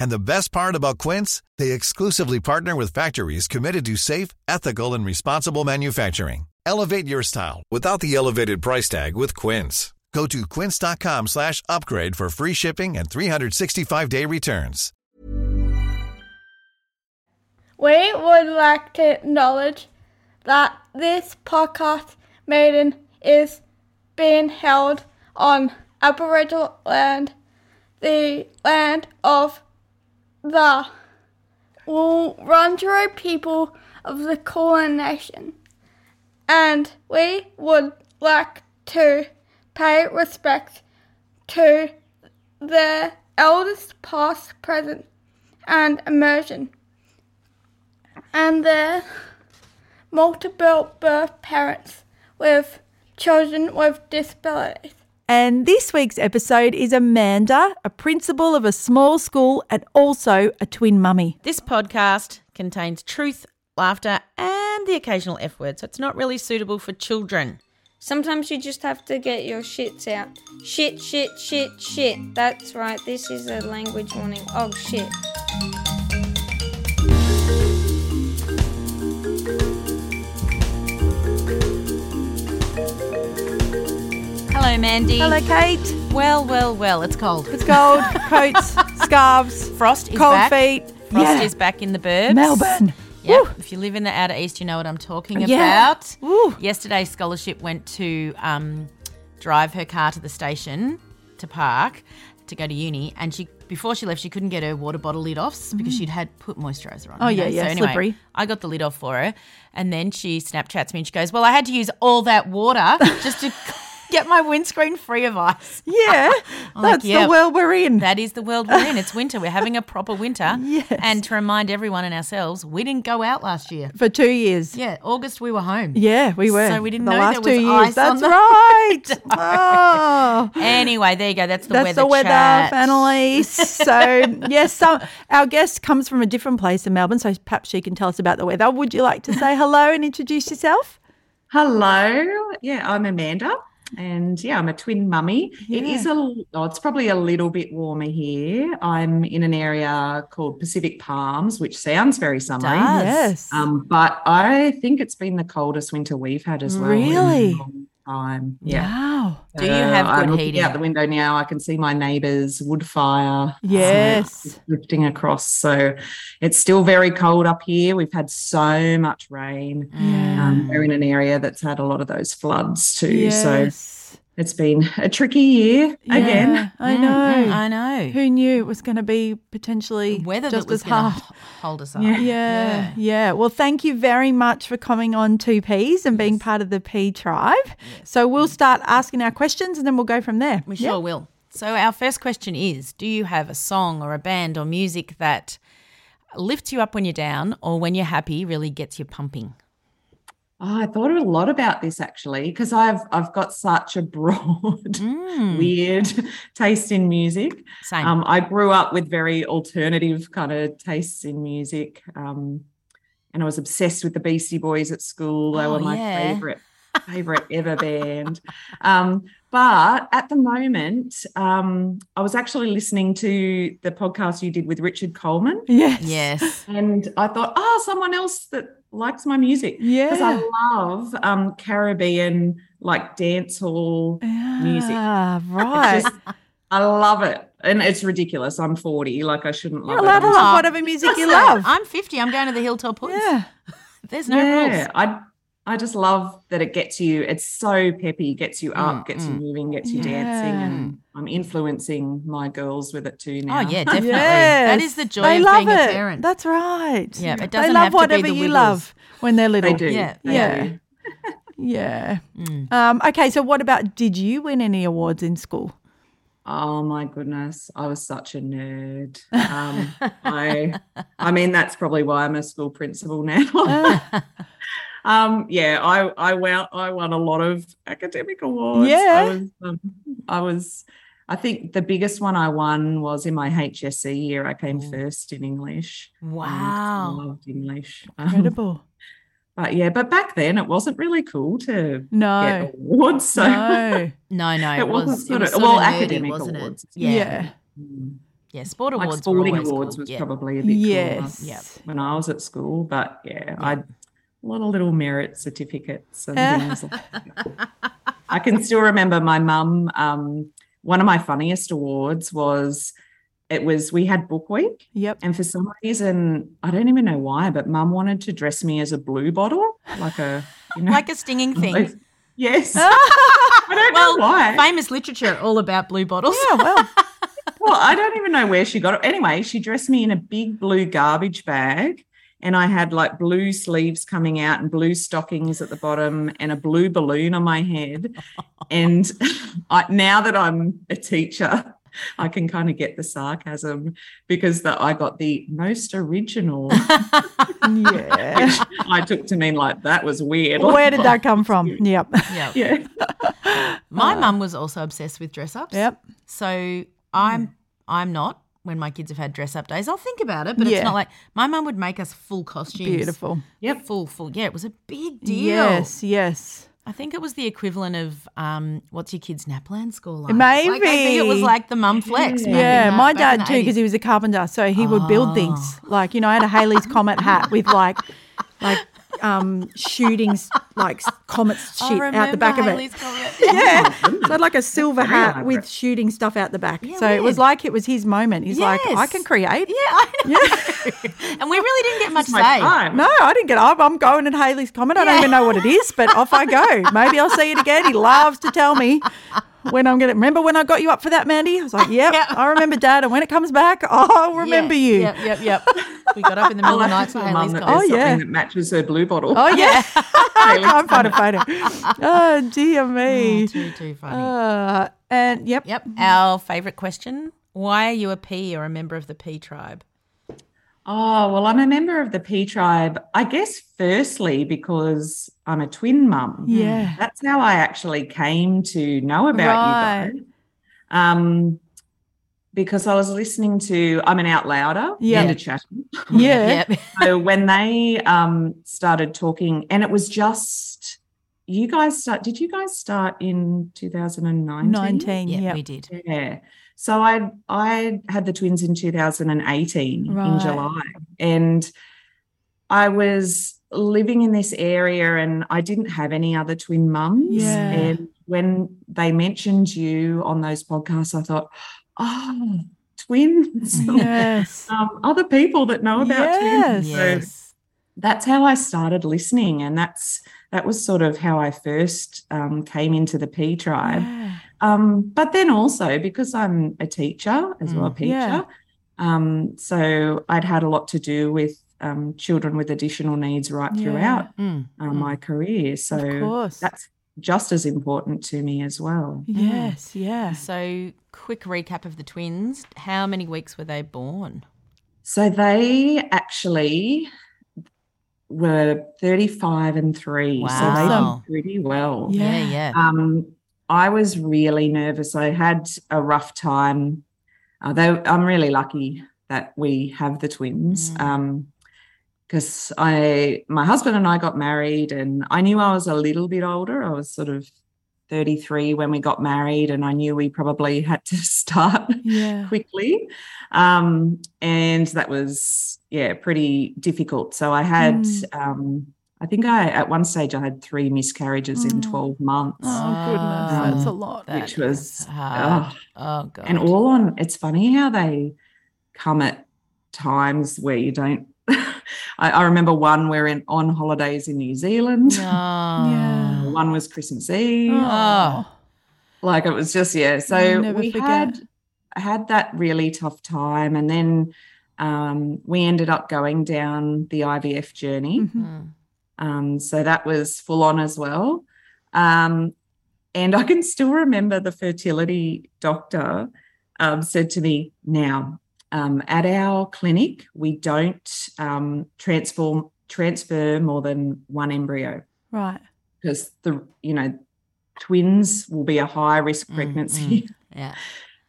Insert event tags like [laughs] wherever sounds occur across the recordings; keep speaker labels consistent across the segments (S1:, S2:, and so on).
S1: And the best part about Quince, they exclusively partner with factories committed to safe, ethical, and responsible manufacturing. Elevate your style without the elevated price tag with Quince. Go to quince.com slash upgrade for free shipping and 365-day returns.
S2: We would like to acknowledge that this podcast maiden is being held on Aboriginal land, the land of the Wurundjeri people of the Kulin Nation, and we would like to pay respect to their elders, past, present, and immersion and their multiple birth parents with children with disabilities.
S3: And this week's episode is Amanda, a principal of a small school and also a twin mummy.
S4: This podcast contains truth, laughter, and the occasional F word, so it's not really suitable for children.
S2: Sometimes you just have to get your shits out. Shit, shit, shit, shit. That's right, this is a language warning. Oh shit.
S4: Hello, Mandy.
S3: Hello, Kate.
S4: Well, well, well. It's cold. [laughs]
S3: It's cold, coats, scarves,
S4: Frost is
S3: cold
S4: back.
S3: feet.
S4: Frost
S3: Yeah.
S4: is back in the burbs.
S3: Melbourne.
S4: Yep.
S3: Woo.
S4: If you live in the outer east, you know what I'm talking
S3: Yeah.
S4: about.
S3: Woo.
S4: Yesterday's scholarship went to um, drive her car to the station to park to go to uni, and she before she left, she couldn't get her water bottle lid off because she'd had put moisturizer on.
S3: Mm. Oh,
S4: you
S3: yeah,
S4: know.
S3: yeah,
S4: So anyway,
S3: slippery.
S4: I got the lid off for her, and then she Snapchats me and she goes, "Well, I had to use all that
S3: [laughs]
S4: water just to get my windscreen free of ice."
S3: Yeah,
S4: [laughs] I'm like,
S3: that's
S4: yeah.
S3: the world we're in.
S4: That is the world we're in. It's winter. We're having a proper
S3: [laughs]
S4: winter. And to remind everyone and ourselves, we didn't go out last year.
S3: For two years.
S4: Yeah, August we were home.
S3: Yeah, we were.
S4: So we didn't
S3: the
S4: know
S3: last
S4: there was
S3: two
S4: ice
S3: years. That's
S4: on the- [laughs]
S3: right. oh.
S4: Anyway, there you go. That's the
S3: That's
S4: weather.
S3: the weather,
S4: chat. [laughs]
S3: finally. So, yes, some, our guest comes from a different place in Melbourne, so perhaps she can tell us about the weather. Would you like to say hello and introduce yourself?
S5: Hello. Yeah, I'm Amanda, and yeah, I'm a twin mummy. It is a, l- oh, it's probably a little bit warmer here. I'm in an area called Pacific Palms, which sounds very summery.
S4: Does.
S3: Yes.
S5: Um, but I think it's been the coldest winter we've had as well. in a
S3: Really?
S5: long Time. Yeah.
S3: Wow.
S4: Do you have
S5: So Uh, I'm
S4: good
S5: looking
S4: heating?
S5: out the window now. I can see my neighbour's wood fire.
S3: Yes.
S5: Drifting across. So it's still very cold up here. We've had so much rain. Um, we're in an area that's had a lot of those floods too. So
S3: Yes.
S5: it's been a tricky year
S3: Yeah,
S5: again.
S3: I
S4: Mm,
S3: know.
S4: mm, I know.
S3: Who knew it was going to be potentially
S4: Weather
S3: just
S4: that was
S3: as
S4: gonna
S3: hard?
S4: h- hold us up.
S5: Yeah.
S3: Yeah, yeah, Well, thank you very much for coming on Two Ps and being part of the P tribe. So we'll start asking our questions and then we'll go from there.
S4: Mm. We sure will. So our first question is, do you have a song or a band or music that lifts you up when you're down or when you're happy really gets you
S5: [laughs]
S4: pumping?
S5: Oh, I thought a lot about this actually because I've I've got such a [laughs] broad,
S3: Mm.
S5: weird taste in music.
S4: Mm, Same.
S5: Um, I grew up with very alternative kind of tastes in music, um, and I was obsessed with the Beastie Boys at school. They
S4: Oh,
S5: were my
S4: yeah.
S5: favorite favorite ever band. Um, but at the moment, um, I was actually listening to the podcast you did with Richard Coleman,
S3: Yes.
S5: [laughs]
S4: Yes.
S5: and I thought, oh, someone else that likes my music. Because
S3: Yeah.
S5: I love um, Caribbean, like dance hall
S3: [laughs]
S5: music.
S3: Ah, right.
S5: It's just- I love it. And it's ridiculous. I'm 40. Like, I shouldn't love
S3: You're allowed
S5: it.
S3: to
S5: I'm
S3: love whatever music you
S4: So,
S3: love.
S4: I'm 50. I'm going to the Hilltop Hoods.
S3: yeah.
S4: There's no
S5: yeah,
S4: rules.
S5: I I just love that it gets you. It's so peppy, gets you
S4: Mm.
S5: up, gets you moving, gets you dancing, and I'm influencing my girls with it too now.
S4: Oh,
S3: [laughs]
S4: yeah, definitely. That is the joy
S3: they
S4: of
S3: love
S4: being
S3: it.
S4: a parent.
S3: That's right.
S4: Yeah, it
S3: they
S4: doesn't
S3: love
S4: have to be
S3: whatever
S4: the
S3: you
S4: Wiggles.
S3: love when they're little.
S5: they do.
S4: Yeah.
S5: they
S3: Oh, Yeah.
S5: do.
S3: [laughs] Yeah.
S4: Mm.
S3: Um, okay, so what about did you win any awards in
S4: [laughs]
S3: school?
S5: Oh my goodness, I was such a nerd. Um, I I mean, that's probably why I'm a school principal now. [laughs] um, yeah, I I won I won a lot of academic awards.
S3: Yeah.
S5: I was, um, I was. I think the biggest one I won was in my HSE year. I came first in English. and I
S4: Wow.
S5: loved English. Um,
S3: Oh. Incredible.
S5: but yeah, but back then it wasn't really cool to [laughs]
S3: No.
S5: get awards. So
S3: No.
S4: No, no, it,
S5: It
S4: was
S5: wasn't
S4: it
S5: sort
S4: was
S5: of-
S4: sort
S5: well,
S4: of nerdy,
S5: academic
S4: wasn't
S5: awards.
S4: It? Yeah. yeah,
S3: yeah.
S4: Sport
S5: like
S4: awards, were
S5: sporting
S4: always
S5: awards
S4: cool.
S5: was
S4: yeah.
S5: probably a bit
S3: Yes.
S5: cooler when I was at school. But yeah, I a lot of little merit certificates and things. like that. I can still remember my mum. Um, one of my funniest awards was it was we had book week,
S3: Yep.
S5: and for some reason I don't even know why, but mum wanted to dress me as a blue bottle, like a you know,
S4: like a
S5: [laughs]
S4: stinging thing. [laughs]
S5: yes. I don't
S4: Well,
S5: know why.
S4: famous literature all about blue bottles.
S3: Yeah, well,
S5: Well, I don't even know where she got it. Anyway, she dressed me in a big blue garbage bag, and I had like blue sleeves coming out and blue stockings at the bottom and a blue balloon on my head. And [laughs] I, now that I'm a teacher, I can kind of get the sarcasm because that I got the most original.
S3: yeah.
S5: which I took to mean like that was weird.
S3: Where did that come
S5: [laughs]
S3: from? Yep.
S4: Yeah. Uh.
S5: Yeah.
S4: [laughs] My mum was also obsessed with dress ups.
S3: Yep.
S4: So
S5: Hmm.
S4: I'm I'm not when my kids have had dress up days. I'll think about it, but
S3: Yeah.
S4: it's not like my mum would make us full costumes.
S3: Beautiful.
S5: Yep.
S4: Full, full. Yeah, it was a big deal.
S3: Yes, yes.
S4: I think it was the equivalent of um, what's your kid's NAPLAN score like? Like, I think it
S3: Maybe.
S4: was like the mum flex. back
S3: Yeah,
S4: in the-
S3: my
S4: back in
S3: dad
S4: the Oh.
S3: too, because
S4: 80s.
S3: he was a carpenter, so he would build things. Like you know, I had a Haley's Comet hat with like, like, um, shooting s- like s- comet
S4: I
S3: shit out the back
S4: remember
S3: of
S4: Hayley's
S3: it.
S4: comment.
S3: [laughs] Yeah,
S5: Oh,
S3: so I had like a silver hat with
S5: elaborate.
S3: shooting stuff out the back.
S4: Yeah,
S3: so it was
S4: weird.
S3: like it was his moment. He's like, I
S4: Yes.
S3: can
S4: [laughs]
S3: create.
S4: Yeah, I know. [laughs] and we really didn't get much
S5: My
S4: say.
S5: time.
S3: No, I didn't get up. I'm going at Haley's Comet. I don't even know what it is, but off I go. Maybe I'll see it again. He loves to tell me when I'm going to. Remember when I got you up for that, Mandy? I was [laughs] like, yep, I remember, Dad. And when it comes back, [laughs] I'll remember you.
S4: Yep, yep,
S3: [laughs]
S4: yep. We got up in the middle
S5: I
S4: of the
S5: like
S4: night
S5: to
S4: for
S5: tell mum
S4: Haley's
S5: that
S4: comment.
S5: there's
S3: Oh, yeah.
S5: something that matches her blue bottle.
S3: Oh,
S5: [laughs]
S3: yeah. I
S5: Haley's
S3: can't find a photo. Oh, dear me.
S4: Too,
S3: [laughs]
S4: too funny.
S3: Uh, and yep.
S4: yep. Our favourite question. Why are you a P or a member of the P tribe?
S5: Oh, well, I'm a member of the P tribe, I guess, firstly, because I'm a twin mum.
S3: Yeah.
S5: That's how I actually came to know about
S3: Right.
S5: you guys. Um, because I was listening to I'm an out louder
S3: Yeah.
S5: and a chatting.
S3: Yeah. [laughs]
S4: Yep.
S5: so when they um started talking, and it was just you guys start did you guys start in 2019?
S3: 19.
S4: Yeah,
S3: Yep.
S4: we did.
S5: Yeah. So I I had the twins in 2018
S3: Right.
S5: in July. And I was living in this area and I didn't have any other twin mums.
S3: Yeah.
S5: And when they mentioned you on those podcasts, I thought, oh, twins.
S3: Mm-hmm.
S5: [laughs]
S3: Yes.
S5: um, other people that know about twins.
S3: Yes.
S5: So that's how I started listening. And that's that was sort of how I first um, came into the P tribe.
S3: Yeah.
S5: Um, but then also because I'm a teacher as well, a teacher,
S3: Mm, yeah.
S5: um, so I'd had a lot to do with um, children with additional needs right
S3: Yeah.
S5: throughout
S4: Mm,
S5: uh, my career.
S3: Of
S5: So
S3: course.
S5: that's just as important to me as well.
S3: Yes. Yeah.
S4: So, quick recap of the twins. How many weeks were they born?
S5: So they actually were 35 and three.
S4: Wow.
S5: So they did pretty well.
S4: Oh, Yeah,
S3: Yeah. Uh,
S4: yeah.
S5: Um, I was really nervous. I had a rough time.
S4: Mm.
S5: Uh, Although I'm really lucky that we have the twins, because because um, I my husband and I got married and I knew I was a little bit older. I was sort of 33 when we got married and I knew we probably had to [laughs] start
S3: Yeah.
S5: quickly. Um, and that was, yeah, pretty difficult. So I had,
S3: Mm.
S5: um, I think I, at one stage, I had three miscarriages in
S3: Mm.
S5: 12 months,
S3: Oh, goodness.
S4: Um,
S3: that's a lot.
S4: that
S5: which was,
S4: is hard. Oh, God.
S5: and all on, Um, it's funny how they come at times where you don't. [laughs] I, I remember one we're in on holidays in New Zealand.
S4: No.
S3: Yeah.
S4: ah.
S5: One was Christmas Eve.
S4: Oh.
S5: Like it was just yeah.
S3: You'll
S5: So
S3: never
S5: we
S3: forget.
S5: had had that really tough time, and then um, we ended up going down the IVF journey.
S3: Mhm.
S4: Mm.
S5: Um, so that was full on as well. Um, and I can still remember the fertility doctor um, said to me, "Now, um, at our clinic, we don't um, transform transfer more than one embryo."
S3: Right.
S5: because the you know twins will be a high risk
S4: Mm,
S5: pregnancy.
S4: Yeah.
S5: [laughs]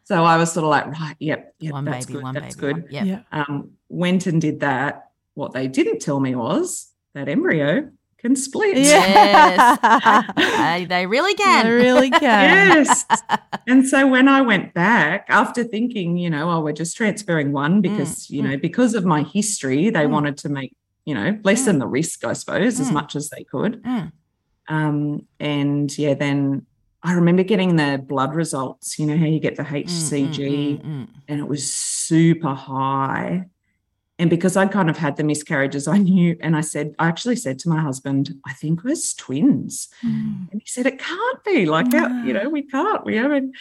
S5: So I was sort of like, right, yep, yep,
S4: one
S5: that's
S4: baby,
S5: good,
S4: one
S5: that's
S4: baby.
S5: good.
S4: One. Yep.
S5: [laughs]
S3: Yeah.
S5: Um, went and did that. What they didn't tell me was that embryo can split.
S3: Yeah.
S4: Yes.
S3: [laughs]
S4: I- they really can.
S3: I really can.
S5: Yes. [laughs] and so when I went back after thinking, you know, oh, we're just transferring one because, you know, because of my history, they
S4: Mm.
S5: wanted to make, you know, lessen the risk, I suppose, as
S4: Mm.
S5: much as they could.
S4: Mm.
S5: Um, and yeah, then I remember getting the blood results, you know, how you get the
S4: Mm, mm,
S5: HCG,
S4: mm, mm.
S5: and it was super high. And because I kind of had the miscarriages, I knew, and I said, I actually said to my husband, I think we're twins.
S3: Mm.
S5: And he said, It can't be like that, you know, we can't, we haven't.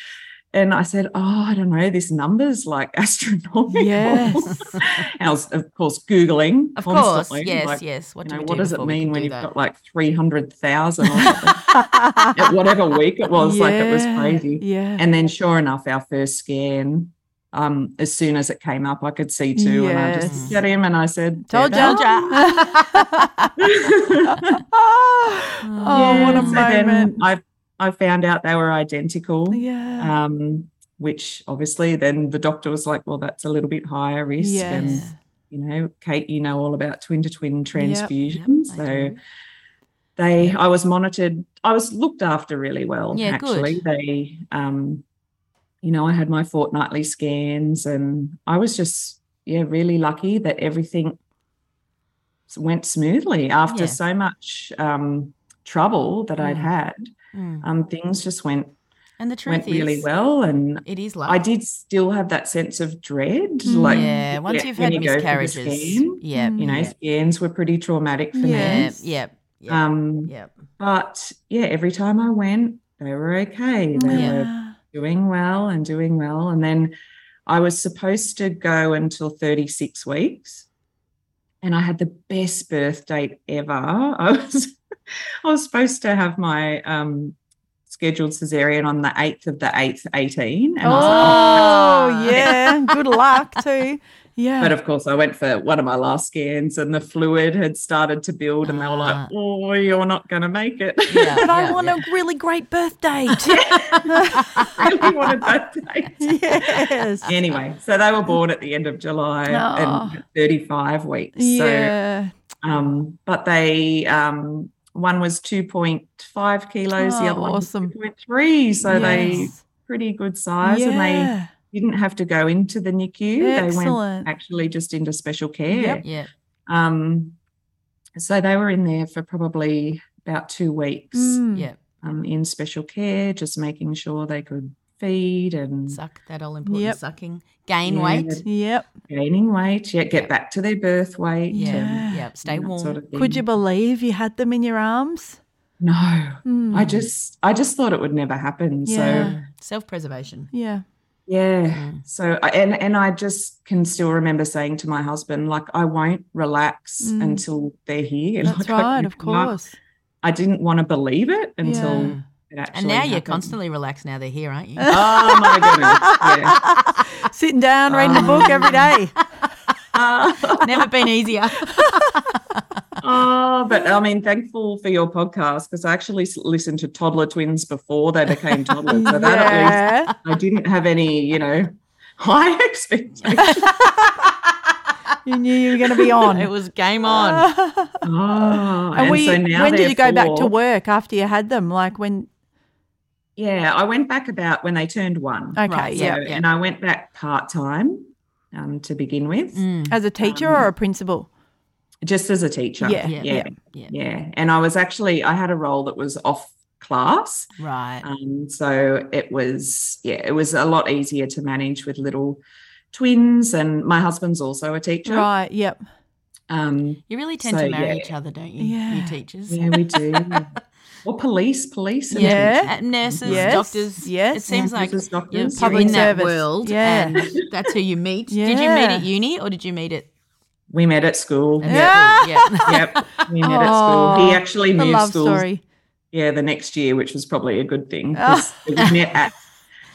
S5: And I said, Oh, I don't know, this number's like [laughs] astronomical.
S3: Yes.
S5: and I was, of course, Googling.
S4: Of course.
S5: constantly,
S4: Yes.
S5: like,
S4: yes. What,
S5: you
S4: do
S5: know,
S4: we
S5: what
S4: do
S5: does it
S4: before we
S5: mean
S4: can
S5: when
S4: do
S5: you've
S4: that?
S5: got like 300,000 or [laughs] something? at whatever week it was, like it was
S3: Yeah,
S5: crazy.
S3: Yeah.
S5: And then, sure enough, our first scan, um, as soon as it came up, I could see two, and I just
S3: Yes.
S5: looked at him and
S4: [laughs]
S5: I said,
S3: Told
S5: "Better."
S3: ya.
S5: [laughs]
S3: [laughs] oh, what a
S5: So then
S3: moment.
S5: I I found out they were identical,
S3: yeah.
S5: um, which obviously then the doctor was like, "Well, that's a little bit higher risk." And
S3: Yes.
S5: you know, Kate, you know all about twin to twin transfusions,
S4: I
S5: so.
S4: do.
S5: they i was monitored i was looked after really well
S4: Yeah, good.
S5: actually they um you know i had my fortnightly scans and i was just yeah really lucky that everything s- went smoothly after
S4: Yeah.
S5: so much um trouble that i'd
S4: Mm.
S5: had
S4: Mm.
S5: um things just went
S4: And the truth
S5: went
S4: is,
S5: really well and
S4: it is luck.
S5: i did still have that sense of dread like
S4: yeah. Once
S5: yeah,
S4: you've
S5: when
S4: had
S5: you go for the
S4: miscarriages.
S5: scan,
S4: Yeah.
S3: Mm,
S4: Mm.
S5: you know scans were pretty traumatic for
S4: Yeah.
S5: me
S3: Yes.
S4: Yeah. Yeah.
S5: um
S4: Yeah.
S5: but yeah, every time I went, they were
S3: Mm.
S5: okay. They
S4: Yeah.
S5: were doing well and doing well. And then I was supposed to go until 36 weeks. And I had the best birth date ever. [laughs] I was I was supposed to have my um scheduled cesarean [laughs] on the 8th of the 8th, 18. And I was like,
S3: Oh,
S4: Ah.
S3: yeah. Good luck, too. Yeah.
S5: But of course, I went for one of my last scans and the fluid had started to build, and they were
S4: Ah.
S5: like, Oh, you're not going to make it.
S4: Yeah.
S3: But I
S4: yeah,
S3: want
S4: yeah.
S3: a really great birth date.
S5: [laughs]
S3: [laughs]
S5: I really wanted that date.
S3: yes.
S5: anyway, so they were born at the end of July
S3: Oh.
S5: and at 35 weeks.
S3: Yeah.
S5: So, um, but they, um, one was 2.5 kilos, the
S3: Oh,
S5: other one was
S3: awesome.
S5: 2.3. So they
S3: Yes.
S5: pretty good size and
S3: Yeah.
S5: they didn't have to go into the NICU. They went
S3: Excellent.
S5: actually just into special
S3: Yep.
S5: care.
S4: Yeah.
S5: Um, so they were in there for probably about two weeks
S3: Mm.
S4: Yeah.
S5: um, in special care, just making sure they could feed and
S4: Suck that all important
S3: Yep.
S4: sucking. Gain
S5: Yeah.
S4: weight.
S3: Yep.
S5: gaining weight, yet get
S4: Yeah.
S5: back to their birth weight.
S4: Yeah.
S5: and
S3: Yeah.
S4: Yeah. Stay
S5: that
S4: warm.
S5: sort of
S3: Could you
S5: thing.
S3: believe you had them in your arms?
S5: No,
S3: Mm.
S5: I just, I just thought it would never happen. So
S3: Yeah.
S4: Self preservation.
S3: Yeah.
S5: yeah.
S4: Mm.
S5: So I- and and I just can still remember saying to my husband, like, I won't relax
S3: Mm.
S5: until they're here. [laughs]
S3: That's
S5: Like, I
S3: right. Of
S5: cannot-
S3: course.
S5: I didn't want to believe it until
S3: Yeah.
S5: it actually.
S4: And now you're
S5: happened.
S4: constantly relaxed now they're here, aren't you? [laughs]
S5: Oh my
S3: [laughs]
S5: goodness! Yeah.
S3: Sitting down, reading a book every day.
S4: Never been easier.
S5: Oh, but I mean, thankful for your podcast because I actually s- listened to toddler twins before they became toddlers. [laughs] So that at least
S3: yeah.
S5: [laughs]
S3: [laughs]
S5: I didn't have any, you know, high expectations.
S3: You knew you were going to
S5: [laughs]
S3: be on.
S4: It was game [laughs] on.
S5: Oh,
S3: [laughs] and
S5: and
S3: were you,
S5: so now
S3: when did you go back to
S5: therefore-
S3: work after you had them? Like when?
S5: Yeah, I went back about when they turned one.
S3: Okay,
S4: Right,
S3: yeah.
S5: So-
S4: yeah.
S5: And I went back part time um, to begin with,
S4: Mm.
S3: As a teacher or a principal?
S5: just as a Um, teacher.
S3: Yeah.
S4: Yeah,
S5: yeah,
S4: yeah.
S5: yeah. And I was actually I had a role that was off class,
S4: Right.
S5: um, so it was yeah, it was a lot easier to manage with little twins. And my husband's also a teacher.
S3: Right. Yep.
S5: Um,
S4: You really tend
S5: So,
S4: to marry
S5: yeah.
S4: each other, don't you? You
S3: Yeah.
S4: teachers.
S5: yeah, we do. well, police, police, and
S3: Yeah.
S5: teachers.
S4: Uh, nurses,
S3: Yes,
S4: doctors.
S3: yes.
S4: It seems
S5: Yeah,
S4: like
S5: nurses, doctors,
S4: you're
S5: you're
S4: probably
S3: in
S4: in that
S3: service.
S4: world.
S3: Yeah.
S4: And that's who you meet. Did you meet
S3: Yeah.
S4: at uni or did you meet at
S5: we met at school.
S4: at
S5: Yep.
S4: school? Yeah.
S3: [laughs]
S5: yep, we met at school. He
S3: Aw,
S5: actually
S3: The
S5: moved
S3: love
S5: schools.
S3: story.
S5: Yeah, the next year, which was probably a good thing.
S3: Oh.
S5: 'cause It was met at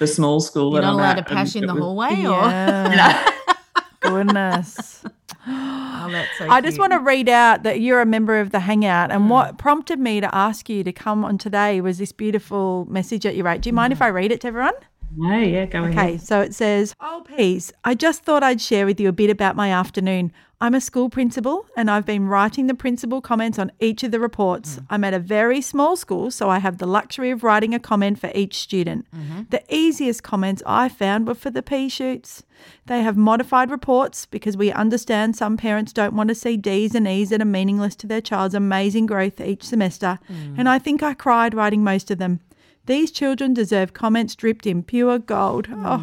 S5: the small school.
S4: You're
S5: that
S4: not
S5: I'm
S4: allowed to
S5: at, and
S4: pash in
S5: it
S4: the
S5: was-
S4: hallway or [laughs]
S3: Yeah.
S5: [laughs]
S3: Goodness.
S4: oh, that's so
S3: I
S4: cute.
S3: just
S4: Mm.
S3: want to read out that you're a member of the Hangout, and what prompted me to ask you to come on today was this beautiful message that you wrote. Do you
S4: Mm.
S3: mind if I read it to everyone?
S5: No, yeah, go
S3: Okay,
S5: ahead.
S3: so it says, Oh, Peas, I just thought I'd share with you a bit about my afternoon. I'm a school principal and I've been writing the principal comments on each of the reports. I'm at a very small school, so I have the luxury of writing a comment for each student. The easiest comments I found were for the pea shoots. They have modified reports because we understand some parents don't want to see D's and E's that are meaningless to their child's amazing growth each semester, and I think I cried writing most of them. These children deserve comments dripped in pure gold. Oh,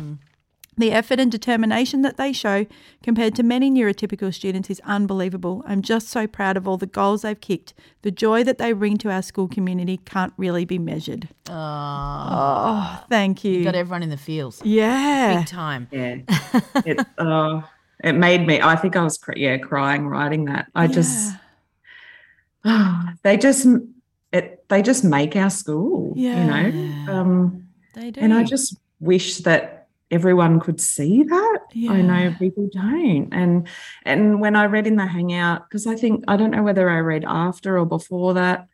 S3: the effort and determination that they show compared to many neurotypical students is unbelievable. I'm just so proud of all the goals they've kicked. The joy that they bring to our school community can't really be measured. Oh, thank you.
S4: Got everyone in the fields.
S3: yeah.
S4: Big time.
S5: Yeah, it, uh, it made me. I think I was cr- yeah crying writing that. I just they just [gasps] it they just make our school.
S3: Yeah.
S5: you know.
S4: Mm.
S5: Um,
S3: They do.
S5: and I just wish that everyone could see that. I
S3: Yeah.
S5: know people don't. And and when I read in the hangout, because I think I don't know whether I read after or before that,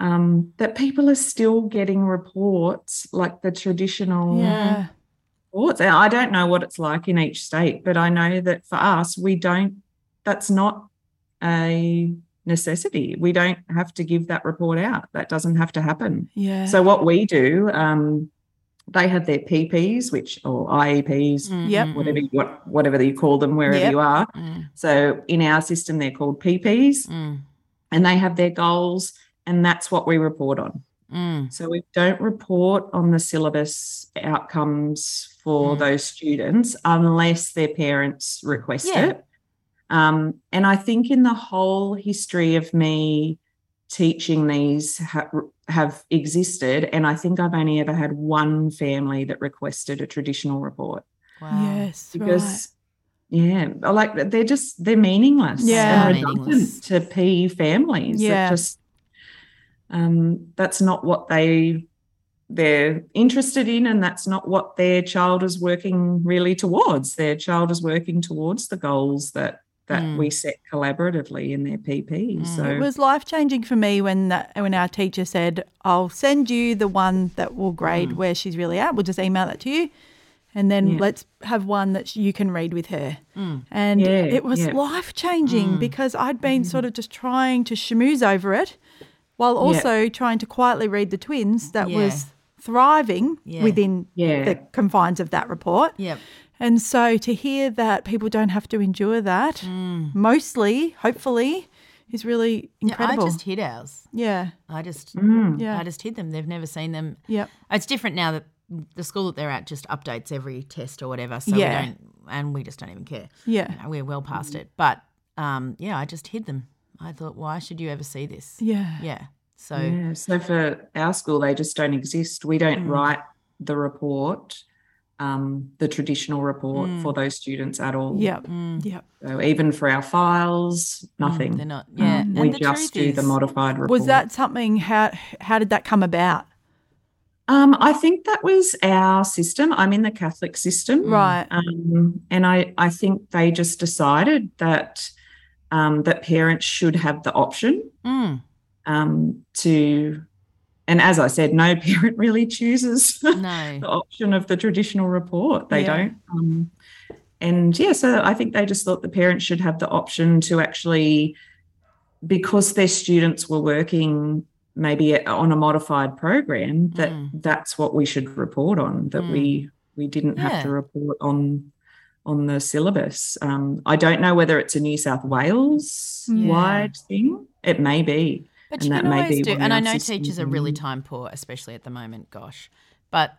S5: um, that people are still getting reports like the traditional
S3: Yeah.
S5: reports. And I don't know what it's like in each state, but I know that for us, we don't that's not a necessity. We don't have to give that report out. That doesn't have to happen.
S3: Yeah.
S5: So what we do, um, they have their PPs, which or E IEPs,
S3: Yep.
S5: whatever you, what, whatever you call them, wherever
S3: Yep.
S5: you are.
S4: Mm-hmm. Mm,
S5: So in our system, they're called PPs,
S4: mm,
S5: and they have their goals, and that's what we report on.
S4: mm.
S5: So we don't report on the syllabus outcomes for
S4: Mm.
S5: those students unless their parents request
S4: Yeah.
S5: it. Um, and I think in the whole history of me teaching these ha- have existed, and I think I've only ever had one family that requested a traditional report
S4: Wow.
S3: Yes.
S5: because. Yeah, I like they're just they're meaningless.
S3: Yeah.
S5: they're
S4: So
S5: redundant
S4: meaningless.
S5: to P families. that
S3: Yeah.
S5: just um, that's not what they they're interested in, and that's not what their child is working really towards. Their child is working towards the goals that that
S4: Mm.
S5: we set collaboratively in their PP.
S4: Mm.
S5: So
S3: Hmm. It was life changing for me when that, when our teacher said, "I'll send you the one that will grade where she's really at. We'll just email that to you, and then
S5: Mm. Yeah. Mm.
S3: let's have one that you can read with her." And
S5: Yeah,
S3: it was
S5: yeah. Mm.
S3: life changing because I'd been sort of just trying to schmooze over it, while also trying to quietly read the twins. That
S4: Yeah.
S3: was thriving
S4: Yeah.
S3: within
S5: Yeah.
S3: the confines of that report.
S4: Yep.
S3: And so to hear that people don't have to endure that, mostly, hopefully, is really
S4: Hmm. Yeah, I
S3: incredible.
S4: just Hmm. hid ours.
S3: Yeah.
S4: I just
S3: Yeah.
S4: I just hid them. They've never seen them.
S3: Yep.
S4: It's different now that the school that they're at just updates every test or whatever. So
S3: Yeah.
S4: we don't and we just don't even care.
S3: Yeah.
S4: You know, we're well past it. But um, yeah, I just hid them. I thought, why should you ever see this?
S3: Yeah. Mm.
S4: Yeah. So
S5: yeah. So for our school, they just don't exist. We don't
S3: Hmm.
S5: write the report, um, the traditional report for those students at all.
S3: Hmm. Yep.
S4: Hmm.
S3: Yep.
S5: So even for our files, nothing.
S4: mm, they're not-
S3: Mm.
S4: yeah,
S5: Um,
S4: and
S5: we
S4: the
S5: just
S4: truth
S5: do the
S4: is-
S5: modified report.
S3: Was that something how how did that come about?
S5: Um, I think that was our system. I'm in the Catholic system,
S3: Right. Mm-hmm.
S5: Um, and I, I think they just decided that um, that parents should have the option
S4: Mm,
S5: um, to, and as I said, no [laughs] parent really chooses
S4: no.
S5: the option of the traditional report. They
S3: Yeah.
S5: don't. Um, and yeah, so I think they just thought the parents should have the option to actually, because their students were working maybe on a modified program, [laughs] that
S4: Mm.
S5: that's what we should report on. That we we didn't
S4: Yeah.
S5: have to report on on the syllabus. Um, I don't know whether it's a New South Wales
S4: Yeah.
S5: wide thing. It may be.
S4: But
S5: And
S4: you
S5: that
S4: can
S5: may
S4: always
S5: be
S4: do,
S5: why
S4: and I
S5: our
S4: know
S5: system
S4: teachers are
S5: can-
S4: really time poor, especially at the moment. Gosh, but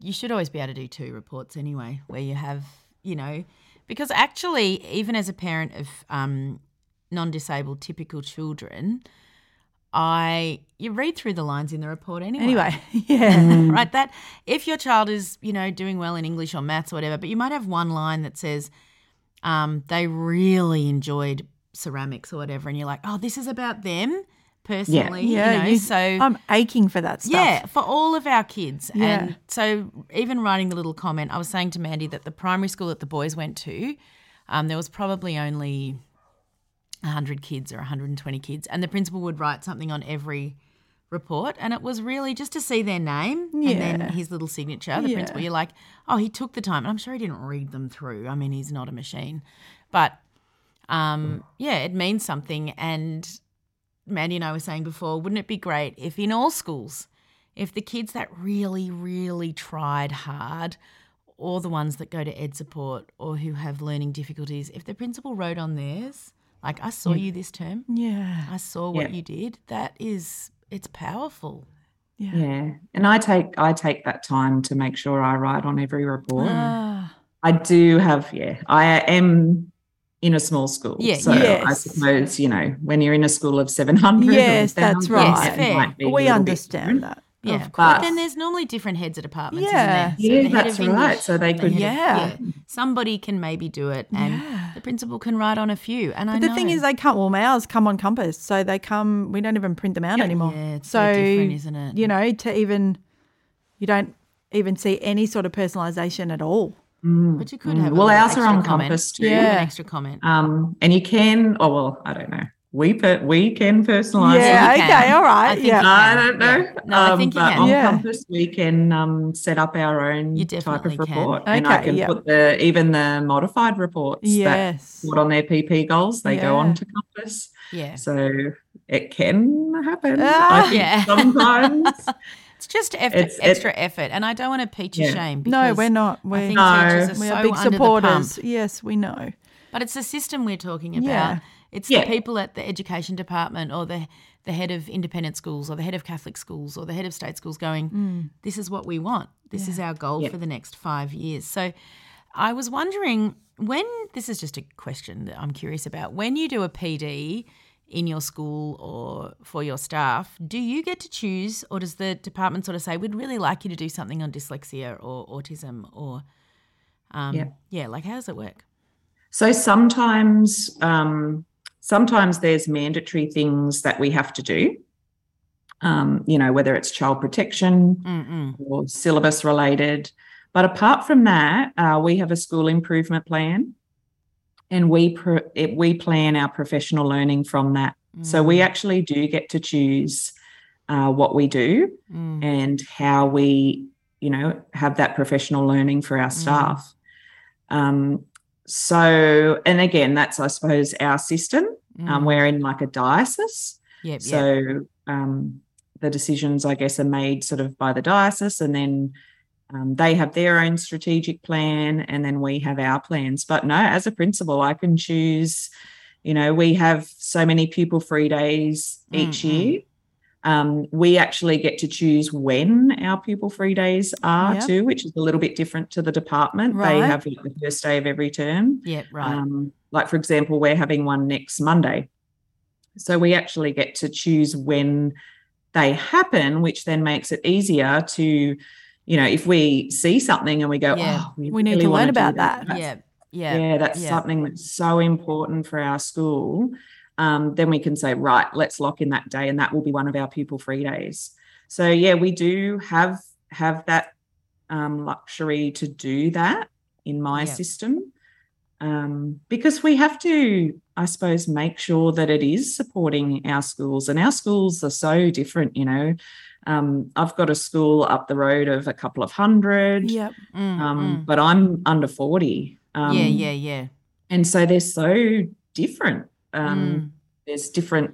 S4: you should always be able to do two reports anyway, where you have, you know, because actually, even as a parent of um, non-disabled typical children, I you read through the lines in the report anyway.
S3: Anyway, [laughs] yeah.
S4: right? That if your child is, you know, doing well in English or maths or whatever, but you might have one line that says, um, they really enjoyed ceramics or whatever, and you're like, oh, this is about them personally.
S3: Yeah,
S4: you know,
S3: you-
S4: so
S3: I'm aching for that stuff.
S4: yeah, for all of our kids.
S3: Yeah.
S4: And so, even writing the little comment, I was saying to Mandy that the primary school that the boys went to, um, there was probably only 100 kids or 120 kids. And the principal would write something on every report. And it was really just to see their name and then
S3: Yeah.
S4: his little signature, the
S3: Yeah.
S4: principal. You're like, oh, he took the time. And I'm sure he didn't read them through. I mean, he's not a machine. But um, yeah, it means something. And Mandy and I were saying before, wouldn't it be great if in all schools, if the kids that really, really tried hard, or the ones that go to ed support or who have learning difficulties, if the principal wrote on theirs, like, I saw you this term,
S3: Yeah.
S4: I saw what
S5: Mm. Yeah.
S4: you did, that is, it's powerful.
S3: Yeah.
S5: Yeah, and I take I take that time to make sure I write on every report.
S4: Ah,
S5: I do have, yeah, I am in a small school.
S4: Yeah,
S5: so I
S3: yes.
S5: suppose, you know, when you're in a school of 700. or
S3: Yes, that's
S5: 1,000,
S3: right.
S5: that might be a
S3: We
S5: little bit
S3: understand
S5: different.
S3: that.
S4: yeah.
S3: Of
S4: But
S3: course.
S4: then there's normally different heads of departments,
S3: Yeah.
S4: isn't there?
S5: Yeah,
S4: the head
S5: that's
S4: of English,
S5: right. So they
S4: the
S5: could-
S4: head of-
S3: Yeah.
S4: Somebody can maybe do it, and
S3: Yeah.
S4: the principal can write on a few. And I
S3: But the thing
S4: know-
S3: is, they can't. Well, ours come on Compass, so they come. We don't even print them out anymore.
S4: Yeah, it's so different, isn't it?
S3: You know, to even you don't even see any sort of personalisation at all.
S4: But you could have. a
S5: Mm. Well,
S4: little
S5: ours are
S4: extra
S5: on
S4: comment.
S5: Compass
S4: You could have
S3: too.
S4: an extra comment.
S5: Um, and you can, oh, well, I don't know. We, per, we can personalize
S3: Yeah,
S4: You can.
S3: okay, all right,
S4: I think
S3: yeah.
S4: you
S5: I
S4: can,
S5: don't know.
S4: yeah. No, I
S5: Um,
S4: think you
S5: but
S4: can.
S5: on
S3: Yeah.
S5: Compass, we can um, set up our own
S4: You
S5: type
S4: definitely
S5: of
S4: can.
S5: report, and I
S3: Okay,
S5: can
S3: yeah.
S5: put the even the modified reports
S3: Yes.
S5: that put on their PP goals. They go
S3: Yeah.
S5: on to Compass,
S4: Yeah.
S5: so it can happen.
S3: Ah.
S5: I think
S4: Yeah. [laughs]
S5: sometimes.
S4: It's just eff-
S5: It's- it-
S4: extra effort. And I don't want to peach your
S5: Yeah.
S4: shame.
S3: No,
S4: because
S3: we're not.
S4: I
S3: We're
S4: think
S5: No.
S4: teachers are
S3: we
S4: so
S3: are big
S4: under the
S3: supporters.
S4: pump.
S3: Yes, we know.
S4: But it's the system we're talking about.
S3: Yeah.
S4: It's
S5: Yeah.
S4: the people at the education department or the the head of independent schools or the head of Catholic schools or the head of state schools going, this is what we want. This is our goal
S5: Yeah.
S4: for the next five years. So I was wondering when this is just a question that I'm curious about. When you do a PD in your school or for your staff, do you get to choose or does the department sort of say, we'd really like you to do something on dyslexia or autism or um,
S5: Yeah.
S4: yeah, like how does it work?
S5: So sometimes, um, sometimes there's mandatory things that we have to do. Um, you know, whether it's child protection,
S4: Mm-mm.
S5: or syllabus related. But apart from that, uh, we have a school improvement plan, and we pro- it, we plan our professional learning from that. So
S4: Mm.
S5: we actually do get to choose uh, what we do
S4: Mm.
S5: and how we, you know, have that professional learning for
S4: mm,
S5: our staff. Um, so, and again, that's I suppose our system. Um, we're in like a diocese,
S4: mm. Yep, yep.
S5: so um, the decisions, I guess, are made sort of by the diocese, and then um, they have their own strategic plan, and then we have our plans. But no, as a principal, I can choose. You know, we have so many pupil free days each
S4: Mm, mm.
S5: year. Um, we actually get to choose when our pupil free days are
S3: Yep.
S5: too, which is a little bit different to the department. They
S3: Right.
S5: have like, the first day of every term.
S4: Yep, right.
S5: Um, like, for example, we're having one next Monday. So we actually get to choose when they happen, which then makes it easier to, you know, if we see something and we go,
S4: Yeah.
S5: oh, we,
S3: We need
S5: really
S3: to
S5: wanna
S3: learn
S5: do
S3: about that."
S5: That's-
S4: yeah,
S5: Yeah,
S4: yeah,
S5: that's
S4: yeah.
S5: something that's so important for our school. Um, then we can say, right, let's lock in that day, and that will be one of our pupil free days. So yeah, we do have have that um, luxury to do that in my
S4: Yeah.
S5: system um, because we have to, I suppose, make sure that it is supporting our schools. And our schools are so different, you know. Um, I've got a school up the road of a couple of hundred,
S3: Yep.
S4: Mm,
S5: um, but I'm under 40. Um,
S4: yeah, yeah, yeah.
S5: And so they're so different.
S4: Mm.
S5: Um, There's different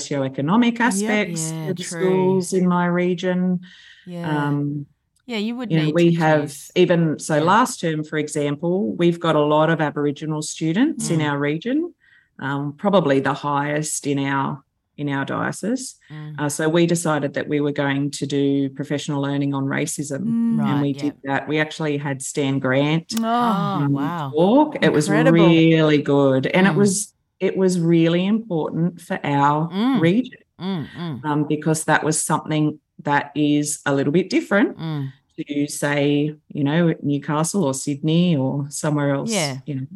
S5: socioeconomic aspects
S4: yeah,
S5: of the
S4: true.
S5: schools in my region.
S4: Yeah.
S5: Um,
S4: yeah, you would
S5: you know,
S4: need
S5: we
S4: to
S5: have
S4: choose.
S5: even so
S4: Yeah.
S5: last term, for example, we've got a lot of Aboriginal students in
S4: Mm.
S5: our region, um, probably the highest in our in our diocese.
S4: Mm.
S5: Uh, so we decided that we were going to do professional learning on racism,
S3: Mm.
S5: and
S4: Right,
S5: we
S4: yeah.
S5: did that. We actually had Stan Grant
S3: Oh.
S4: Oh,
S5: um,
S4: wow.
S5: talk. It was
S3: Incredible.
S5: really good, and
S4: Mm.
S5: it was it was really important for our
S4: Mm.
S5: region
S4: Mm, mm,
S5: um, because that was something that is a little bit different
S4: mm.
S5: to say, you know, Newcastle or Sydney or somewhere else.
S4: Yeah.
S5: You know.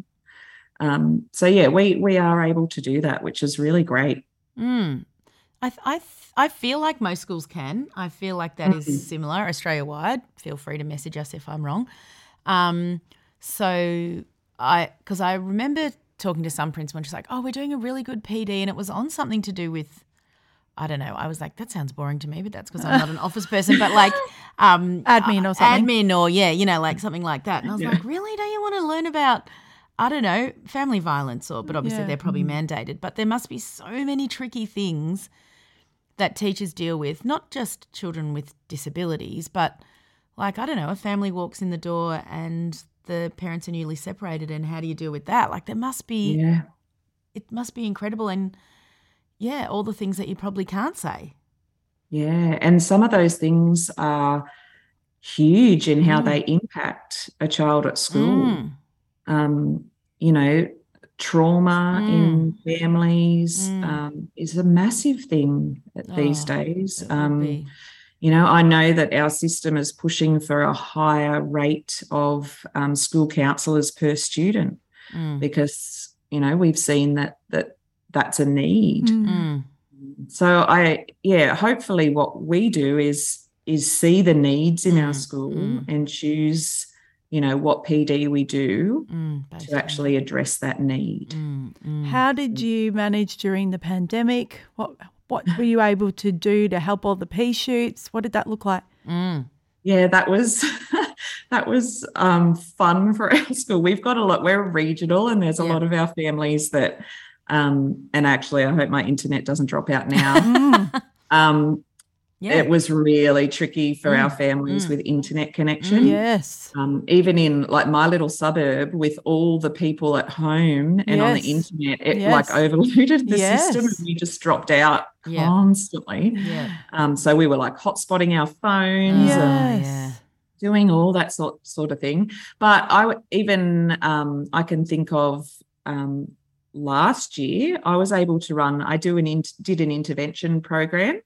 S5: Um, so yeah, we we are able to do that, which is really great.
S4: Mm. I, th- I, th- I feel like most schools can. I feel like that is
S5: Mm.
S4: similar Australia wide. Feel free to message us if I'm wrong. Um, so I, because I remember talking to some principal and she's like, oh, we're doing a really good PD. And it was on something to do with, I don't know. I was like, that sounds boring to me, but that's because I'm not
S3: [laughs]
S4: an office person, but like, um,
S3: Admin or
S4: uh,
S3: something.
S4: Admin or, yeah, you know, like something like that. And I was like, really? Don't you want to learn about, I don't know, family violence or, but obviously
S3: Yeah.
S4: they're probably mandated, but there must be so many tricky things that teachers deal with, not just children with disabilities, but like, I don't know, a family walks in the door and the parents are newly separated, and how do you deal with that? Like, there must be,
S5: Yeah.
S4: it must be incredible. And yeah, all the things that you probably can't say.
S5: Yeah. And some of those things are huge in how they impact a child at school.
S4: Mm,
S5: um, you know, trauma in families
S4: Mm.
S5: um, is a massive thing at these
S4: Oh,
S5: days.
S4: it would
S5: Um,
S4: be.
S5: you know, I know that our system is pushing for a higher rate of um, school counsellors per student
S4: Mm,
S5: Um, because you know we've seen that that that's a need.
S3: Mm.
S4: mm,
S5: So I, yeah, hopefully what we do is is see the needs in our
S4: Mm,
S5: school
S4: mm.
S5: and choose, you know, what PD we do
S4: mm, based
S5: to
S4: on
S5: actually address that
S4: that.
S5: need.
S4: Mm, mm.
S3: How did you manage during the pandemic? What what were you able to do to help all the pea shoots? What did that look like?
S4: Mm,
S5: Yeah, that was [laughs] that was um, fun for our school. We've got a lot. We're regional, and there's a
S4: Yeah.
S5: lot of our families that. Um, and actually, I hope my internet doesn't drop out
S3: [laughs]
S5: now.
S3: Mm.
S5: um,
S4: yeah.
S5: It was really tricky for our
S4: Mm,
S5: families
S4: mm.
S5: with internet connection.
S3: Yes.
S5: Um, even in like my little suburb, with all the people at home and on the
S3: Yes.
S5: internet, it
S3: Yes.
S5: like overloaded the system,
S3: Yes.
S5: and we just dropped out
S4: Yeah.
S5: constantly.
S4: yeah.
S5: Um, so we were like hotspotting our phones and
S4: Yeah.
S3: Yes. Oh,
S5: doing all that sort sort of thing. But I w- even um, I can think of um, last year I was able to run. I do an in, did an intervention program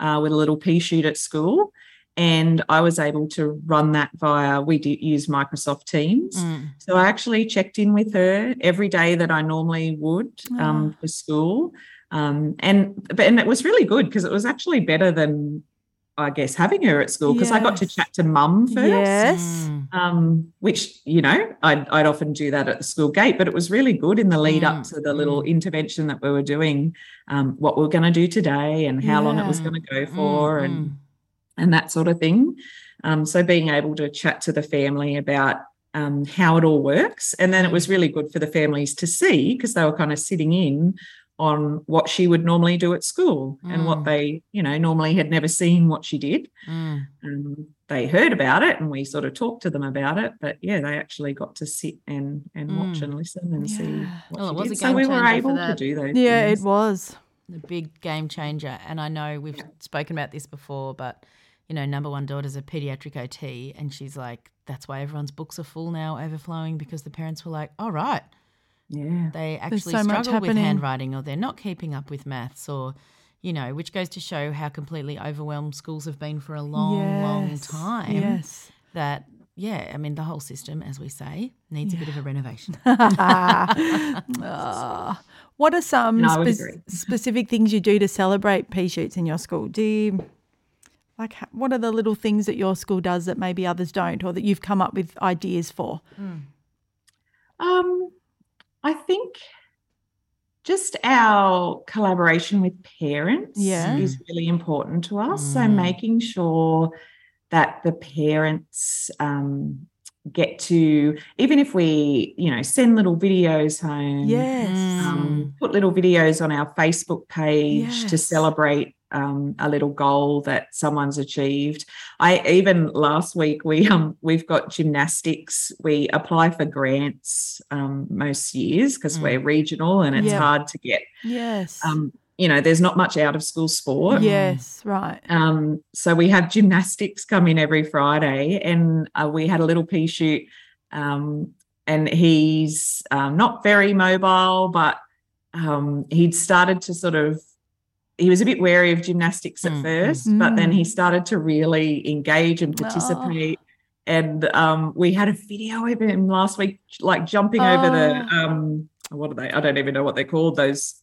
S5: uh, with a little pea shoot at school, and I was able to run that via we do use Microsoft Teams.
S4: Mm,
S5: So I actually checked in with her every day that I normally would um, for school, um, and but and it was really good because it was actually better than I guess having her at school because I got to
S3: Yes.
S5: chat to mum first,
S3: Yes.
S4: mm,
S5: um, which you know I'd, I'd often do that at the school gate, but it was really good in the lead up
S4: Mm,
S5: to the little intervention that we were doing, um, what we were going to do today and how long it was
S4: Yeah.
S5: going to go
S4: mm,
S5: for, and
S4: mm.
S5: and that sort of thing. Um, so being able to chat to the family about um, how it all works, and then it was really good for the families to see because they were kind of sitting in on what she would normally do at school and
S4: Mm.
S5: what they, you know, normally had never seen what she did.
S4: Mm.
S5: Um, they heard about it, and we sort of talked to them about it. But yeah, they actually got to sit and and watch
S4: Mm.
S5: and listen and see.
S3: Yeah.
S5: What
S4: Well,
S5: she
S4: it was a
S5: did.
S4: game
S5: so we were
S4: changer for
S5: able to
S4: that.
S5: do those.
S3: Yeah, it
S5: things.
S3: was.
S4: the big game changer. And I know we've spoken about this before, but you know, number one daughter's a pediatric OT, and she's like, that's why everyone's books are full now, overflowing, because the parents were like, all right,
S5: Yeah,
S4: they actually
S3: so much
S4: struggle with
S3: happening.
S4: handwriting or they're not keeping up with maths or, you know, which goes to show how completely overwhelmed schools have been for a long, long
S3: Yes.
S4: time.
S3: Yes.
S4: That, yeah, I mean, the whole system, as we say, needs a bit of a
S3: [laughs]
S4: renovation. [laughs]
S3: Ah. what are some
S5: No, I would
S3: spec-
S5: agree. [laughs]
S3: specific things you do to celebrate pea shoots in your school? Do you, like ha- what are the little things that your school does that maybe others don't, or that you've come up with ideas for?
S5: Um, I think just our collaboration with parents
S3: Yeah.
S5: is really important to us. So
S4: Mm.
S5: making sure that the parents um, get to even if we you know send little videos home
S3: Yes.
S5: um, put little videos on our facebook page to
S3: Yes.
S5: celebrate um, a little goal that someone's achieved i even last week we um we've got gymnastics we apply for grants um, most years because
S4: Mm.
S5: we're regional and it's
S3: Yeah.
S5: hard to get
S3: Yes.
S5: um, you know there's not much out of school sport
S3: yes. Right.
S5: um, so we have gymnastics come in every Friday, and uh, we had a little pea shoot. Um, and he's um, not very mobile, but um, he'd started to sort of. He was a bit wary of gymnastics at
S4: Mm, mm.
S5: first, but then
S3: Mm.
S5: he started to really engage and
S3: Oh.
S5: participate. And um, we had a video of him last week, like
S3: Oh.
S5: jumping over the um, what are they? I don't even know what they're called. Those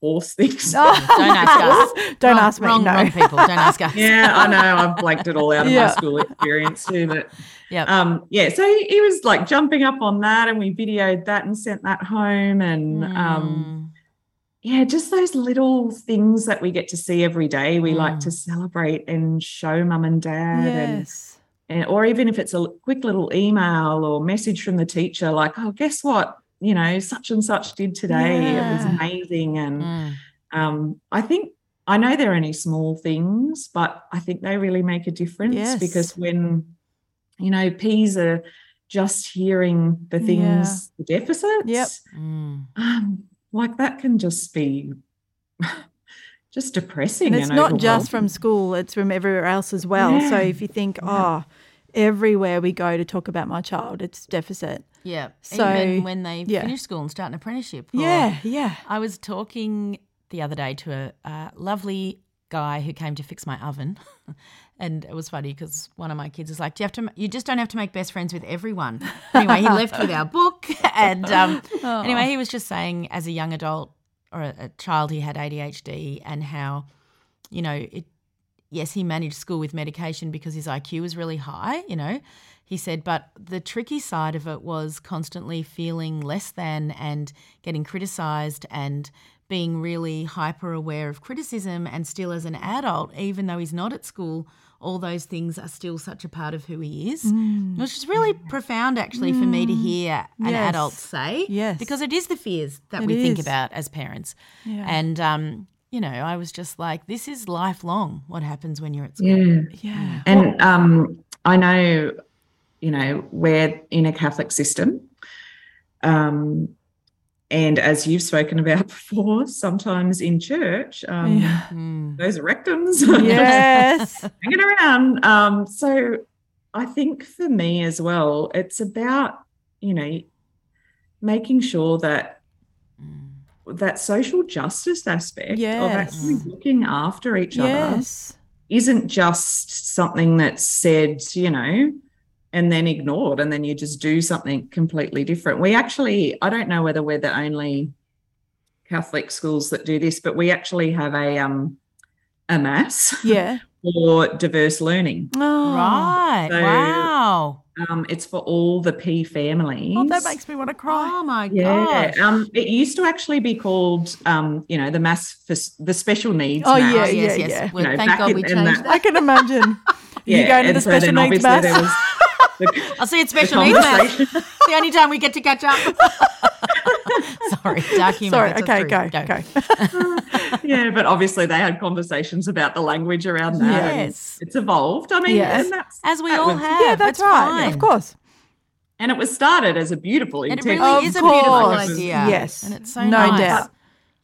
S5: horse things. [laughs]
S4: Don't ask
S3: us. Oh. [laughs] Don't
S4: Wrong-
S3: ask me.
S4: Wrong,
S3: no.
S4: wrong people. Don't ask us.
S5: Yeah, I
S4: [laughs]
S5: know. I've blanked it all out of
S3: Yeah.
S5: my school experience too. But
S4: Yep.
S5: um, yeah, so he, he was like jumping up on that, and we videoed that and sent that home. And
S4: Mm,
S5: um, yeah, just those little things that we get to see every day, we
S3: Mm.
S5: like to celebrate and show mum and dad. And,
S3: Yes.
S5: and or even if it's a l- quick little email or message from the teacher, like, oh, guess what? You know, such and such did today. It
S3: Yeah.
S5: was amazing. And
S4: Mm.
S5: um, I think I know they're only small things, but I think they really make a difference
S3: Yes.
S5: because when you know peas are just hearing the things, the
S4: [laughs]
S5: deficits,
S3: Yep.
S4: Mm.
S5: um, like that can just be [laughs] just depressing.
S3: And it's not just from
S5: overwhelming.
S3: school, it's from everywhere else as well. So
S5: Yeah.
S3: if you think, oh, everywhere we go to talk about my child, it's deficit.
S4: Yeah.
S3: So,
S4: Even when they
S3: yeah.
S4: finish school and start an apprenticeship. or-
S3: Yeah, yeah.
S4: I was talking the other day to a, a lovely guy who came to fix my oven, [laughs] and it was funny because one of my kids was like, "Do you have to? You just don't have to make best friends with everyone." Anyway, he left with our book, [laughs] and um, anyway, he was just saying as a young adult or a, a child, he had ADHD and how, you know, it. Yes, he managed school with medication because his IQ was really high. You know, he said, but the tricky side of it was constantly feeling less than and getting criticized and being really hyper aware of criticism. And still, as an adult, even though he's not at school, all those things are still such a part of who he is,
S3: Mm.
S4: which is really profound actually for me to hear an
S3: Yes.
S4: adult say.
S3: Yes.
S4: Because it is the fears that
S3: It
S4: we think
S3: is.
S4: about as parents. And, um, you know, I was just like, this is lifelong what happens when you're at school. Mm.
S5: yeah.
S3: Yeah.
S5: And um, I know, you know, we're in a Catholic system. Um, and as you've spoken about [laughs] before, sometimes in church,
S4: [laughs]
S5: um,
S3: Yeah.
S4: Mm.
S5: those rectums
S4: [laughs]
S5: [laughs]
S3: yes.
S5: hanging around. Um, so I think for me as well, it's about, you know, making sure that
S4: Mm.
S5: that social justice aspect of
S3: Yes.
S5: actually
S4: Mm.
S5: looking after each other [laughs]
S3: yes.
S5: isn't just something that's said, you know, and then ignored, and then you just do something completely different. We actually, I don't know whether we're the only Catholic schools that do this, but we actually have a um a mass
S3: Yeah.
S5: for diverse learning.
S3: Oh.
S4: Right.
S5: So-
S4: wow.
S5: Um, it's for all the P families.
S3: Oh, that makes me want to cry.
S4: Oh my
S5: yeah.
S4: gosh.
S5: Um, it used to actually be called, um, you know, the mass for s- the special needs.
S3: Oh,
S5: mass.
S3: yeah,
S4: Oh, yes,
S3: yeah,
S4: yes.
S3: yeah.
S4: Well,
S5: You know,
S4: thank
S5: back
S4: God
S5: in-
S4: we
S5: in
S4: changed
S5: that-
S4: that.
S3: I can imagine.
S5: [laughs]
S3: you go to
S5: and
S3: the
S5: so
S3: special
S5: then
S3: needs
S5: obviously
S3: mass.
S5: there
S3: [laughs]
S5: was the-
S4: I'll see it's special
S5: the
S4: needs math.
S5: conversation.
S4: [laughs] the only time we get to catch up. [laughs] Sorry, dark humor.
S3: [laughs] Sorry.
S4: that's
S3: Okay.
S4: what's
S3: Go.
S4: true.
S3: Go.
S5: yeah, but obviously they had conversations about the
S3: [laughs]
S5: language around that. and
S4: Yes.
S5: It's evolved. Um, I mean,
S3: Yes.
S5: and that's
S4: As we
S5: that
S4: all
S5: was-
S4: have.
S3: Yeah, that's
S4: it's
S3: right.
S4: fine.
S3: Of course.
S5: And it was started as a beautiful
S4: And it
S5: intention.
S4: really
S3: Of
S4: is a beautiful
S3: course.
S4: idea.
S3: Yes.
S4: And it's so
S3: No
S4: nice.
S3: doubt.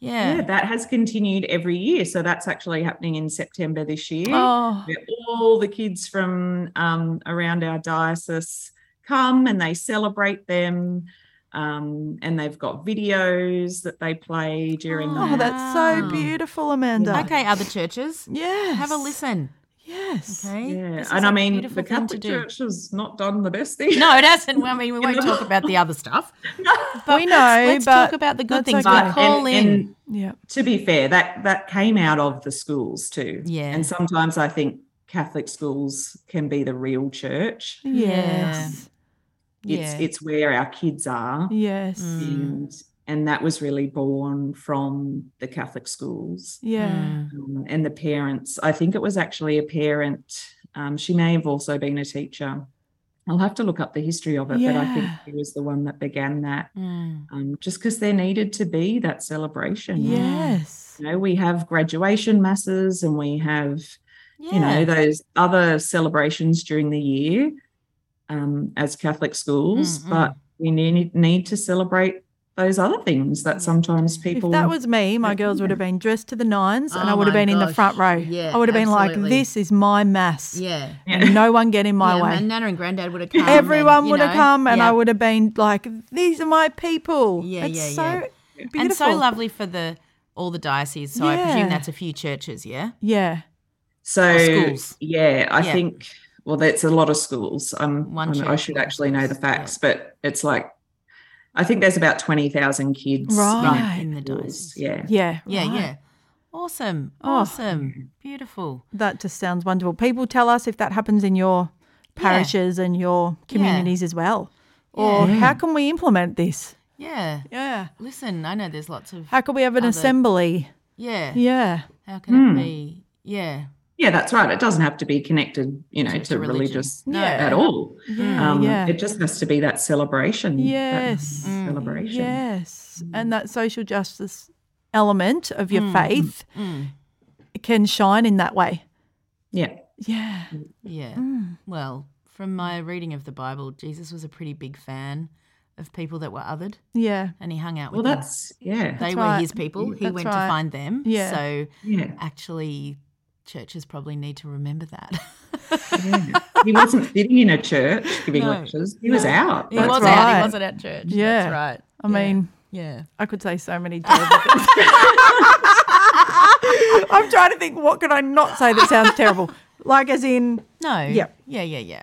S4: Yeah.
S5: Yeah, that has continued every year. So that's actually happening in September this year.
S3: Oh.
S5: where all the kids from um, around our diocese come and they celebrate them. Um, and they've got videos that they play during
S4: Oh,
S5: the
S3: Oh, that's so
S4: Wow.
S3: beautiful, Amanda.
S4: Okay, other churches.
S3: Yes.
S4: Have a listen.
S3: Yes.
S4: Okay.
S5: yeah.
S4: This is
S5: And I
S4: a
S5: mean,
S4: beautiful
S5: the
S4: thing to
S5: Catholic
S4: do.
S5: Church has not done the best thing.
S4: No, it hasn't. I
S5: [laughs]
S4: mean, we won't talk about the other stuff. But
S3: We know,
S4: let's, let's talk
S3: but
S4: about the good
S3: that's
S4: things.
S3: okay.
S4: But call
S5: and-
S4: in.
S5: and
S3: Yeah.
S5: to be fair, that that came out of the schools too.
S4: Yeah.
S5: And sometimes I think Catholic schools can be the real church.
S3: Yes.
S5: It's
S4: Yeah.
S5: it's where our kids are.
S3: Yes.
S4: Mm.
S5: And and that was really born from the Catholic schools
S3: Yeah.
S4: Mm.
S5: um, and the parents. I think it was actually a parent. Um, she may have also been a teacher. I'll have to look up the history of it, but I think
S3: Yeah.
S5: he was the one that began that.
S4: Mm.
S5: Um, just because there needed to be that celebration.
S3: Yes.
S5: You know, we have graduation masses and we have
S4: Yeah.
S5: you know those other celebrations during the year um, as catholic schools
S3: Mm-hmm.
S4: Mm,
S5: but we need, need to celebrate those other things that sometimes people
S3: If that was me, my
S5: People-
S3: girls would have been dressed to the nines and
S4: Oh
S3: I would have
S4: my
S3: been in the
S4: gosh.
S3: front row.
S4: Yeah,
S3: I would have been
S4: absolutely.
S3: like, this is my mass.
S4: Yeah.
S3: And no one get in my
S4: yeah,
S3: way.
S4: My nana and granddad would have come. and,
S3: Everyone
S4: you
S3: would have
S4: know,
S3: come and
S4: yeah.
S3: I would have been like, these are my people.
S4: Yeah,
S3: it's
S4: yeah,
S3: so
S4: yeah.
S3: beautiful.
S4: And so lovely for the all the dioceses. So I
S3: Yeah.
S4: presume that's a few churches, yeah?
S3: Yeah.
S5: so
S4: schools.
S5: yeah i
S4: Yeah.
S5: think well that's a lot of schools um
S4: One
S5: I'm- i
S4: church,
S5: should
S4: one
S5: actually know the
S4: school, yeah.
S5: facts but it's like i think there's about 20000 kids
S3: Right.
S4: In the
S5: in schools.
S4: diocese.
S5: yeah
S3: Yeah.
S4: Yeah,
S3: right.
S4: yeah. Awesome.
S3: Oh.
S4: Awesome. Beautiful.
S3: That just sounds wonderful. People tell us if that happens in your parishes and your communities as well. Or
S4: Yeah.
S3: how can we implement this?
S4: Yeah.
S3: Yeah.
S4: Listen, I know there's lots of
S3: How can we have an
S4: Other-
S3: assembly?
S4: yeah.
S3: Yeah. Hmm.
S4: How can it be? Yeah.
S5: yeah that's right it doesn't have to be connected you know to,
S4: religion.
S5: religious
S4: No.
S5: at all
S3: Yeah.
S5: um
S3: yeah.
S5: it just has to be that celebration that
S3: Yes. Mm.
S5: celebration
S3: Yes. And that social justice element of your faith can shine in that way.
S5: yeah
S3: Yeah.
S4: Yeah.
S3: Hmm.
S4: Well, from my reading of the Bible, Jesus was a pretty big fan of people that were othered
S3: Yeah.
S4: and he hung out
S5: Well,
S4: with them.
S5: that's yeah,
S4: They were
S3: right.
S4: his people. He
S3: That's
S4: went
S3: right.
S4: to find them.
S3: Yeah.
S4: So
S5: yeah.
S4: actually churches probably need to remember [laughs] that.
S5: He wasn't sitting in a church giving
S4: No.
S5: lectures. He was out.
S4: He
S5: That's
S4: was
S3: right.
S4: out, he wasn't at church.
S3: Yeah.
S4: That's right.
S3: I
S4: Yeah.
S3: mean,
S4: Yeah.
S3: I could say so many terrible things. [laughs] I'm trying to think what could I not say that sounds terrible? Like as in
S4: No.
S3: Yeah.
S4: Yeah, yeah, yeah.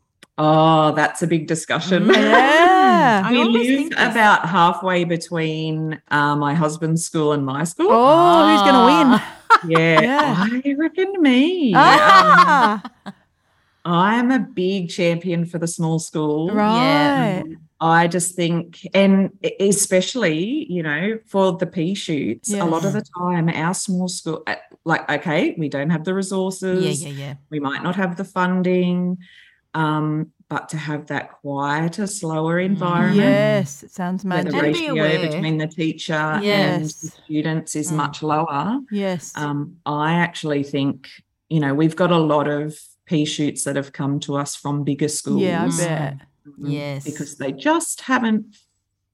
S5: Oh, that's a big discussion. [laughs]
S3: Yeah.
S4: I
S5: we
S4: always
S5: live
S4: think this.
S5: about halfway between uh, my husband's school and my school.
S3: Oh, who's gonna win?
S5: Ah. yeah,
S3: yeah.
S5: I reckon me.
S3: Ah,
S5: I'm a big champion for the small school.
S3: right.
S5: I just think, and especially, you know, for the pea shoots, a lot of the time, our small school, uh, like, okay, we don't have the resources.
S4: Yeah, yeah, yeah.
S5: we might not have the funding um, but to have that quieter slower environment
S3: Yes, it sounds
S5: where the
S3: magic.
S4: And be Mm. aware.
S5: ratio between the teacher and
S4: Yes.
S5: the students is
S4: Mm.
S5: much lower
S3: yes.
S5: um, i actually think you know we've got a lot of pea shoots that have come to us from bigger schools
S3: yeah, I
S4: schools.
S3: bet.
S5: um,
S4: Yes.
S5: because they just haven't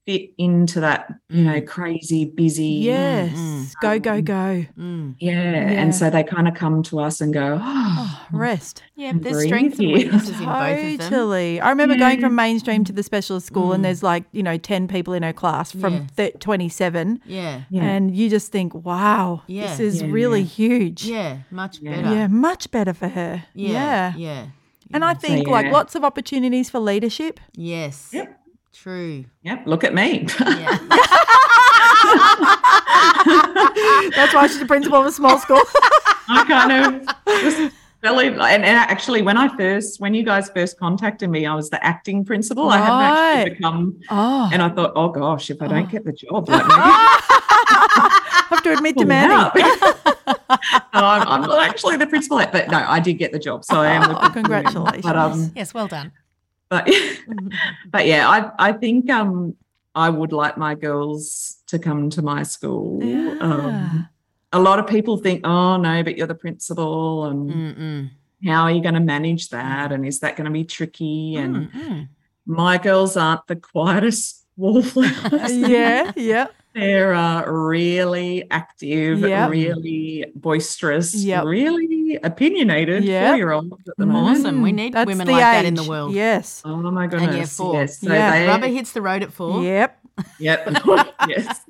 S5: fit into that you know crazy busy
S3: Yes.
S4: mm.
S3: Go, go, go.
S4: Mm.
S5: yeah,
S3: Yeah.
S5: and so they kind of come to us and go oh,
S3: Oh, rest.
S4: Yeah, but there's
S5: Breathe
S4: strengths and
S5: here.
S4: weaknesses in both of them. Mm.
S3: Totally. I remember going
S5: Mm.
S3: from mainstream to the specialist school, and there's like, you know, 10 people in her class
S4: Yeah.
S3: from thir 27.
S4: Yeah.
S5: Yeah.
S3: And you just think, wow,
S4: Yeah.
S3: this is
S5: Yeah,
S3: really
S5: yeah.
S3: huge.
S4: Yeah, much
S5: Yeah.
S4: better.
S3: Yeah, much better for her. Yeah.
S4: Yeah. Yeah.
S3: And I
S4: Yes.
S3: think
S5: So,
S3: like
S5: yeah.
S3: lots of opportunities for leadership.
S4: Yes.
S5: Yep.
S3: [laughs]
S4: True.
S5: yep look at me
S4: Yeah.
S3: That's why she's the principal of a small school. [laughs]
S5: I kind [laughs] of just fell in. And, and actually, when I first, when you guys first contacted me, I was the acting principal. I hadn't actually
S3: Right.
S5: become.
S3: oh,
S5: And I thought, oh gosh, if I don't get the job, like maybe I'll
S3: I have to admit to
S5: pull
S3: Mandy.
S5: out.
S3: [laughs]
S5: No, [laughs] I'm, I'm not actually the principal, but no, I did get the job, so I am. the
S3: Oh,
S5: principal. But um,
S3: congratulations.
S4: yes, well done.
S5: but but yeah, I I think um I would like my girls to come to my school. Um, a lot of people think, oh, no, but you're the principal. And
S4: Mm-mm.
S5: how are you going to manage that? And is that going to be tricky? And
S4: Mm-mm.
S5: my girls aren't the quietest [laughs] wallflowers.
S3: yeah, yeah.
S5: They're uh, really active,
S3: Yep.
S5: really boisterous,
S3: Yep.
S5: really opinionated
S3: Yep. Mm-hmm.
S5: four-year-olds at the moment.
S4: Awesome. We need
S3: Mm. That's
S4: women
S3: the
S4: like that in the
S3: age.
S4: world.
S3: Yes.
S5: Oh my
S4: yeah,
S5: goodness!
S4: four.
S5: Yes, so
S3: Yeah.
S5: they-
S4: Rubber hits the road at four.
S3: Yep.
S5: [laughs]
S3: [laughs]
S5: Yep. yes.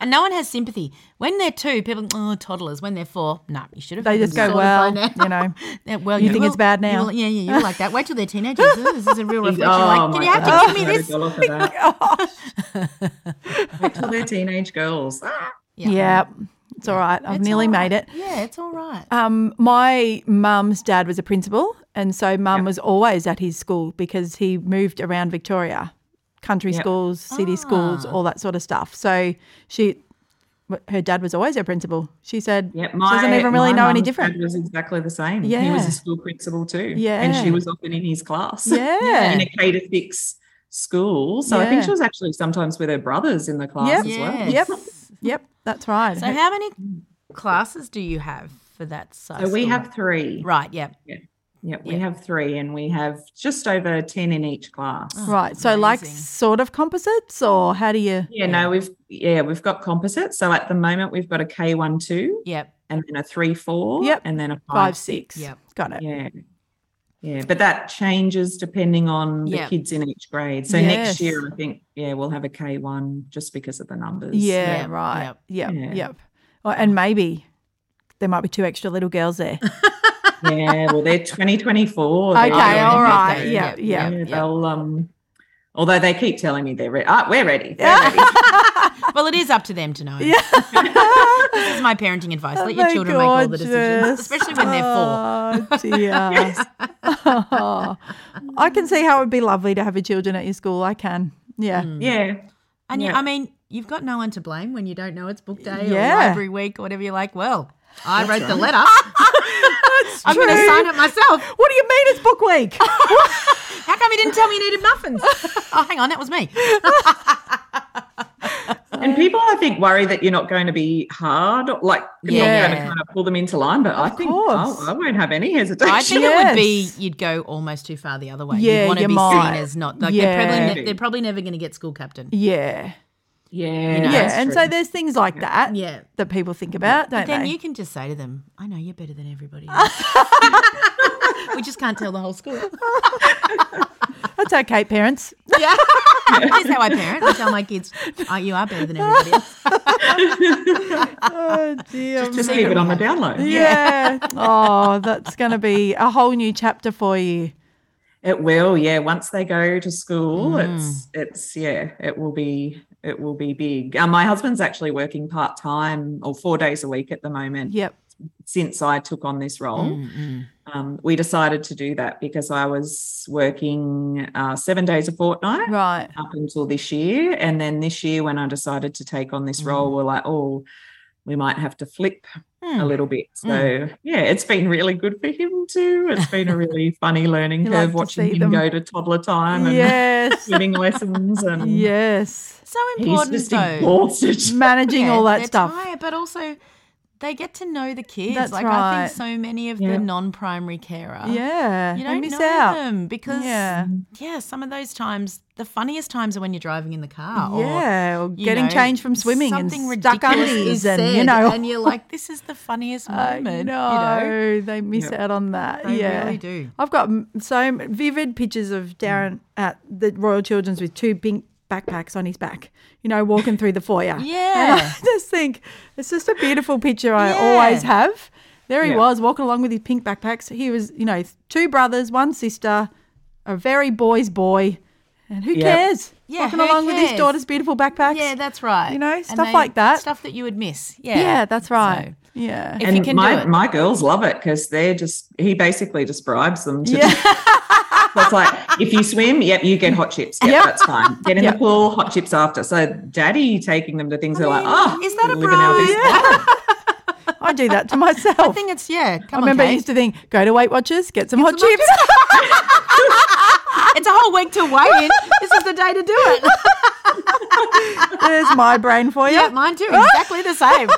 S4: And no one has sympathy. When they're two, people, oh, toddlers. When they're four, no, you should have.
S3: They just go,
S4: sorted by
S3: well,
S4: now."
S3: you
S5: [laughs]
S3: know,
S4: [laughs] Yeah, well,
S3: you think it's bad now.
S4: you will- yeah, yeah, you're like that. Wait till they're teenagers. Ooh, this is a
S3: [laughs]
S4: real reflection.
S3: oh
S4: like,
S5: my
S4: did you have
S5: goodness,
S4: to give me
S5: I
S4: this?
S5: gotta go look at that. Wait till they're teenage girls. Ah.
S3: yeah. It's all right. I've
S4: It's
S3: nearly
S4: all right.
S3: made it.
S4: Yeah, it's all right.
S3: Um, my mum's dad was a principal, and so mum was always at his school because he moved around Victoria, country schools,
S5: Ah.
S3: city schools, all that sort of stuff. So she, her dad was always her principal. She said
S5: Yep,
S3: she doesn't even really
S5: my
S3: know any
S5: mum's
S3: different.
S5: dad was exactly the same. He was
S3: Yeah.
S5: a school principal too.
S3: Yeah.
S5: And she was [laughs] often in his class.
S3: Yeah.
S5: in a K to six school. So I
S3: Yeah.
S5: think she was actually sometimes with her brothers in the class
S3: Yep.
S5: as well.
S4: Yes.
S3: Yep. Yep. That's right.
S4: So, how
S3: [laughs]
S4: many classes do you have for that size?
S5: So we
S4: school?
S5: have three.
S4: right. Yeah.
S5: Yep, we
S4: Yeah.
S5: have three and we have just over 10 in each class.
S3: right. So, like,
S4: Amazing.
S3: sort of composites, or how do you?
S5: Yeah, no, we've yeah, we've got composites. So at the moment we've got a K one two
S4: Yep.
S5: and then a three four
S3: Yep.
S5: and then a
S3: Five,
S5: five
S3: six.
S4: Yep.
S3: Got it.
S5: Yeah. Yeah. But that changes depending on
S4: Yeah.
S5: Um, the kids in each grade. So
S3: Yes.
S5: next year I think, yeah, we'll have a K one just because of the numbers.
S3: Yeah,
S4: Yep,
S3: right. Yep,
S5: Yeah.
S3: yep. Well, and maybe there might be two extra little girls
S5: [laughs]
S3: there.
S5: yeah, well, they're 2024. They're
S3: Okay,
S5: doing
S3: all
S5: it.
S3: right,
S5: They're-
S3: yeah, yeah,
S4: yeah.
S5: They'll, um, although they keep telling me they're ready. Ah, we're ready.
S3: [laughs]
S5: They're ready.
S4: Well, it is up to them to know. this is my parenting advice. Let your
S3: They're
S4: children make all the decisions,
S3: gorgeous.
S4: especially when they're four.
S3: Oh,
S5: [laughs]
S3: dear. [laughs] I can see how it would be lovely to have your children at your school. I can. Yeah.
S5: yeah.
S4: And you,
S5: Yeah.
S4: I mean, you've got no one to blame when you don't know it's book day
S3: Yeah.
S4: or library week or whatever. You're like, well, I wrote the letter.
S3: [laughs]
S4: I'm going to
S3: true.
S4: sign it myself.
S3: What do you mean it's book week?
S4: How come you didn't tell me you needed
S3: [laughs]
S4: muffins? oh, hang on, that was me.
S5: And people, I think, worry that you're not going to be hard, or, like you're not going
S4: Yeah.
S5: to kind of pull them into line. But I think
S3: course.
S5: oh, I won't have any hesitation.
S4: I think it would be
S3: Yes.
S4: you'd go almost too far the other way.
S3: Yeah,
S4: you'd want
S3: you
S4: to be
S3: might.
S4: seen as not like
S3: Yeah.
S4: they're, probably ne-
S5: Maybe.
S4: they're probably never going to get school captain.
S3: yeah.
S5: yeah,
S3: Yeah.
S5: that's
S3: and
S5: true.
S3: so there's things like that
S4: Yeah.
S3: that people think about, don't
S4: But then
S3: they?
S4: you can just say to them, "I know you're better than
S3: [laughs]
S4: everybody." else. [laughs] we just can't tell the whole school.
S3: That's
S4: [laughs]
S3: okay, parents.
S4: Yeah, here's how I parent. I tell my kids, oh, "You are better than everybody else."
S3: [laughs] Oh, dear.
S5: just keep it on the down low.
S4: [laughs]
S3: yeah. oh, that's going to be a whole new chapter for you.
S5: It will, yeah. Once they go to school,
S3: Mm.
S5: it's it's yeah, it will be it will be big. Um, my husband's actually working part time or four days a week at the moment.
S3: Yep.
S5: Since I took on this role,
S3: Mm,
S4: Mm-mm.
S5: um, we decided to do that because I was working uh, seven days a fortnight
S3: Right.
S5: up until this year, and then this year when I decided to take on this
S3: Mm.
S5: role, we're like, oh, we might have to flip
S3: Hmm.
S5: a
S4: Mm.
S5: little bit. So yeah, it's been really good for him too. It's been a really funny learning
S3: You love
S5: curve
S3: to
S5: watching
S3: see
S5: him
S3: them.
S5: go to toddler time and
S4: [laughs]
S3: Yes.
S5: swimming
S3: [laughs]
S5: lessons and
S3: yes.
S4: So
S5: he's
S4: important
S5: just
S4: though.
S5: exhausted.
S3: Managing
S4: Yeah,
S3: all that
S4: they're
S3: stuff.
S4: tired, but also they get to know the kids.
S3: That's
S4: like I
S3: right.
S4: think so many of
S5: Yeah.
S4: the non-primary carer.
S3: Yeah.
S4: You
S3: they
S4: don't
S3: miss
S4: know
S3: out.
S4: them because
S3: Yeah.
S4: yeah, some of those times, the funniest times are when you're driving in the car. Or,
S3: Yeah, or
S4: you
S3: getting
S4: know,
S3: changed from swimming and
S4: something
S3: stuck
S4: ridiculous
S3: undies
S4: is
S3: and you
S4: said
S3: know.
S4: and you're like, this is the funniest
S3: [laughs] I
S4: moment.
S3: know,
S4: You know,
S3: they miss out on that.
S4: They
S3: yeah,
S4: really do.
S3: I've got m- so m- vivid pictures
S4: Mm.
S3: of Darren at the Royal Children's with two pink backpacks on his back. You know, walking through
S4: [laughs]
S3: the foyer. and
S4: Yeah.
S3: I [laughs] just think it's just a beautiful picture I
S4: Yeah.
S3: always have. There he
S5: Yeah.
S3: was walking along with his pink backpacks. He was, you know, two brothers, one sister, a very boy's boy, and who
S5: Yeah.
S3: cares?
S4: Yeah,
S3: walking
S4: who
S3: along with his
S4: cares?
S3: daughter's beautiful backpacks.
S4: Yeah, that's right.
S3: You know,
S4: And
S3: stuff like that.
S4: Stuff that you would miss. Yeah.
S3: Yeah, that's right. yeah.
S4: If you
S5: And
S4: can do
S5: my,
S4: it.
S5: my girls love it because they're just he basically just bribes them to do-
S3: [laughs]
S5: That's like if you swim, yep, you get hot chips. Yep,
S3: Yep.
S5: that's fine. Get in
S3: Yep.
S5: the pool, hot chips after. So daddy taking them to things they're like, oh,
S4: is that a
S5: living our
S4: bribe?
S5: best
S3: [laughs] I do that to myself. I,
S4: I think it's yeah. Come on,
S3: remember I
S4: Kate.
S3: used to think, go to Weight Watchers, get some hot
S4: some hot
S3: chips.
S4: it's a whole week to wait in. This is the day to do it.
S3: [laughs] There's my brain for you.
S4: Yeah, mine too. Exactly the same.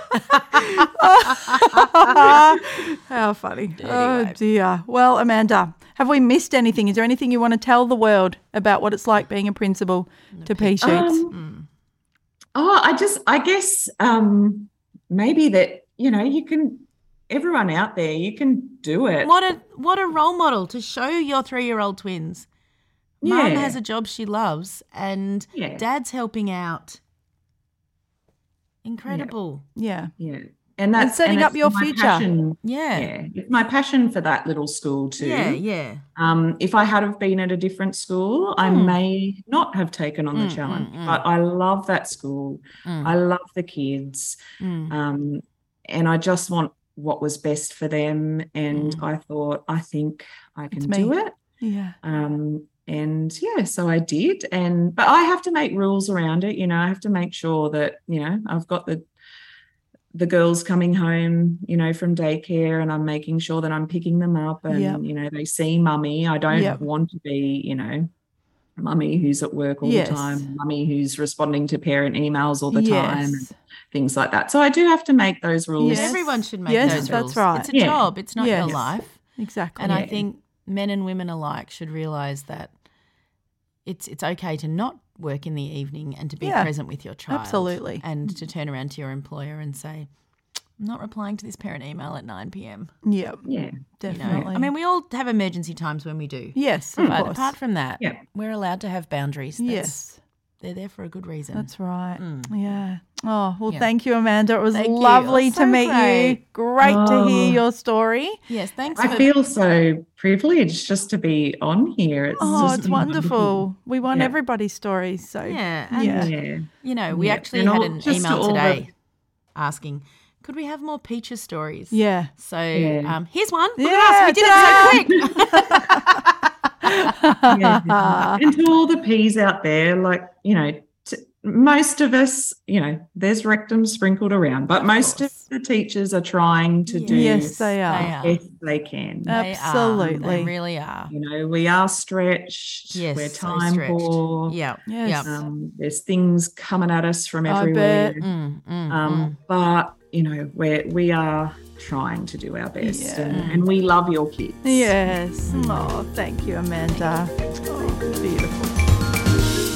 S3: How funny. Oh, dear. Well, Amanda, have we missed anything? Is there anything you want to tell the world about what it's like being a principal to pea shoots? Um,
S5: Oh, I just, I guess um, maybe that, you know, you can, everyone out there, you can do it.
S4: what a what a role model to show your three year old twins. Mum
S5: Yeah.
S4: has a job she loves, and
S5: Yeah.
S4: Dad's helping out. Incredible.
S3: yeah.
S5: Yeah. And that's
S3: setting
S5: it's
S3: up your
S5: my
S3: future.
S5: passion-
S4: Yeah.
S5: Yeah. It's my passion for that little school too.
S4: Yeah, yeah.
S5: Um, if I had have been at a different school, I may not have taken on
S4: Mm,
S5: the challenge. But I love that school. I love the kids,
S4: mm.
S5: um, and I just want what was best for them. And I thought, I think I can do
S3: me.
S5: it.
S3: Yeah.
S5: Um, and yeah, so I did. And but I have to make rules around it. You know, I have to make sure that you know I've got the the girls coming home, you know, from daycare, and I'm making sure that I'm picking them up, and
S3: Yep.
S5: you know they see mummy. I don't
S3: Yep.
S5: want to be, you know. Mummy who's at work all
S3: Yes.
S5: the time, mummy who's responding to parent emails all the time, and
S3: Yes.
S5: things like that. So I do have to make those rules.
S3: Yes.
S4: Everyone should make
S3: Yes,
S4: those
S3: that's
S4: rules.
S3: right.
S4: It's a
S5: Yeah.
S4: job. It's not
S3: Yes.
S4: your life.
S3: Exactly.
S4: And I think men and women alike should realize that it's it's okay to not work in the evening and to be
S3: Yeah,
S4: present with your child.
S3: absolutely.
S4: And to turn around to your employer and say, I'm not replying to this parent email at 9 p.m.
S3: Yeah,
S5: Yeah.
S4: You know?
S3: definitely.
S4: I mean, we all have emergency times when we do.
S3: yes, of
S4: but
S3: course.
S4: apart from that,
S5: Yeah.
S4: we're allowed to have boundaries. That's-
S3: yes,
S4: They're there for a good reason.
S3: that's right. Yeah. Oh, well, thank you, Amanda. It was
S4: Thank you.
S3: lovely
S4: That's
S3: to
S4: so
S3: meet you.
S4: great.
S3: Great to hear
S5: Oh.
S3: your story.
S4: Yes, thanks
S5: I
S4: for
S5: feel so privileged just to be on here. It's
S3: Oh,
S5: just
S3: it's
S5: been [laughs]
S3: wonderful. We want
S5: Yeah.
S3: everybody's stories. So,
S4: Yeah, and
S3: Yeah.
S5: Yeah.
S4: You know, we
S5: Yeah,
S4: actually
S5: and
S4: had
S5: all-
S4: an
S5: just to
S4: email
S5: all the-
S4: today asking, could we have more Peaches stories?
S3: yeah.
S4: So
S5: Yeah.
S4: um, here's one. Look
S3: Yeah,
S4: at us. We did it so quick.
S5: [laughs] Yeah.
S3: [laughs]
S5: and to all the peas out there, like, you know, t- most of us, you know, there's rectum sprinkled around, but most of
S4: course.
S5: the teachers are trying to do
S3: Yes, they are.
S4: They are.
S5: the best they can.
S3: Uh,
S4: They are.
S3: Absolutely.
S4: They really are.
S5: you know, we are stretched,
S4: Yes.
S5: we're
S4: so
S5: time
S4: stretched.
S5: poor.
S4: Yeah.
S3: Yes.
S4: Yeah.
S5: Um, there's things coming at us from
S3: I
S5: everywhere.
S3: bet.
S4: Mm, mm,
S5: Um, but you know, we're we are trying to do our best
S3: Yeah.
S5: and, and we love your kids.
S3: Yes.
S4: Mm.
S3: Oh, thank you, Amanda. Oh, beautiful.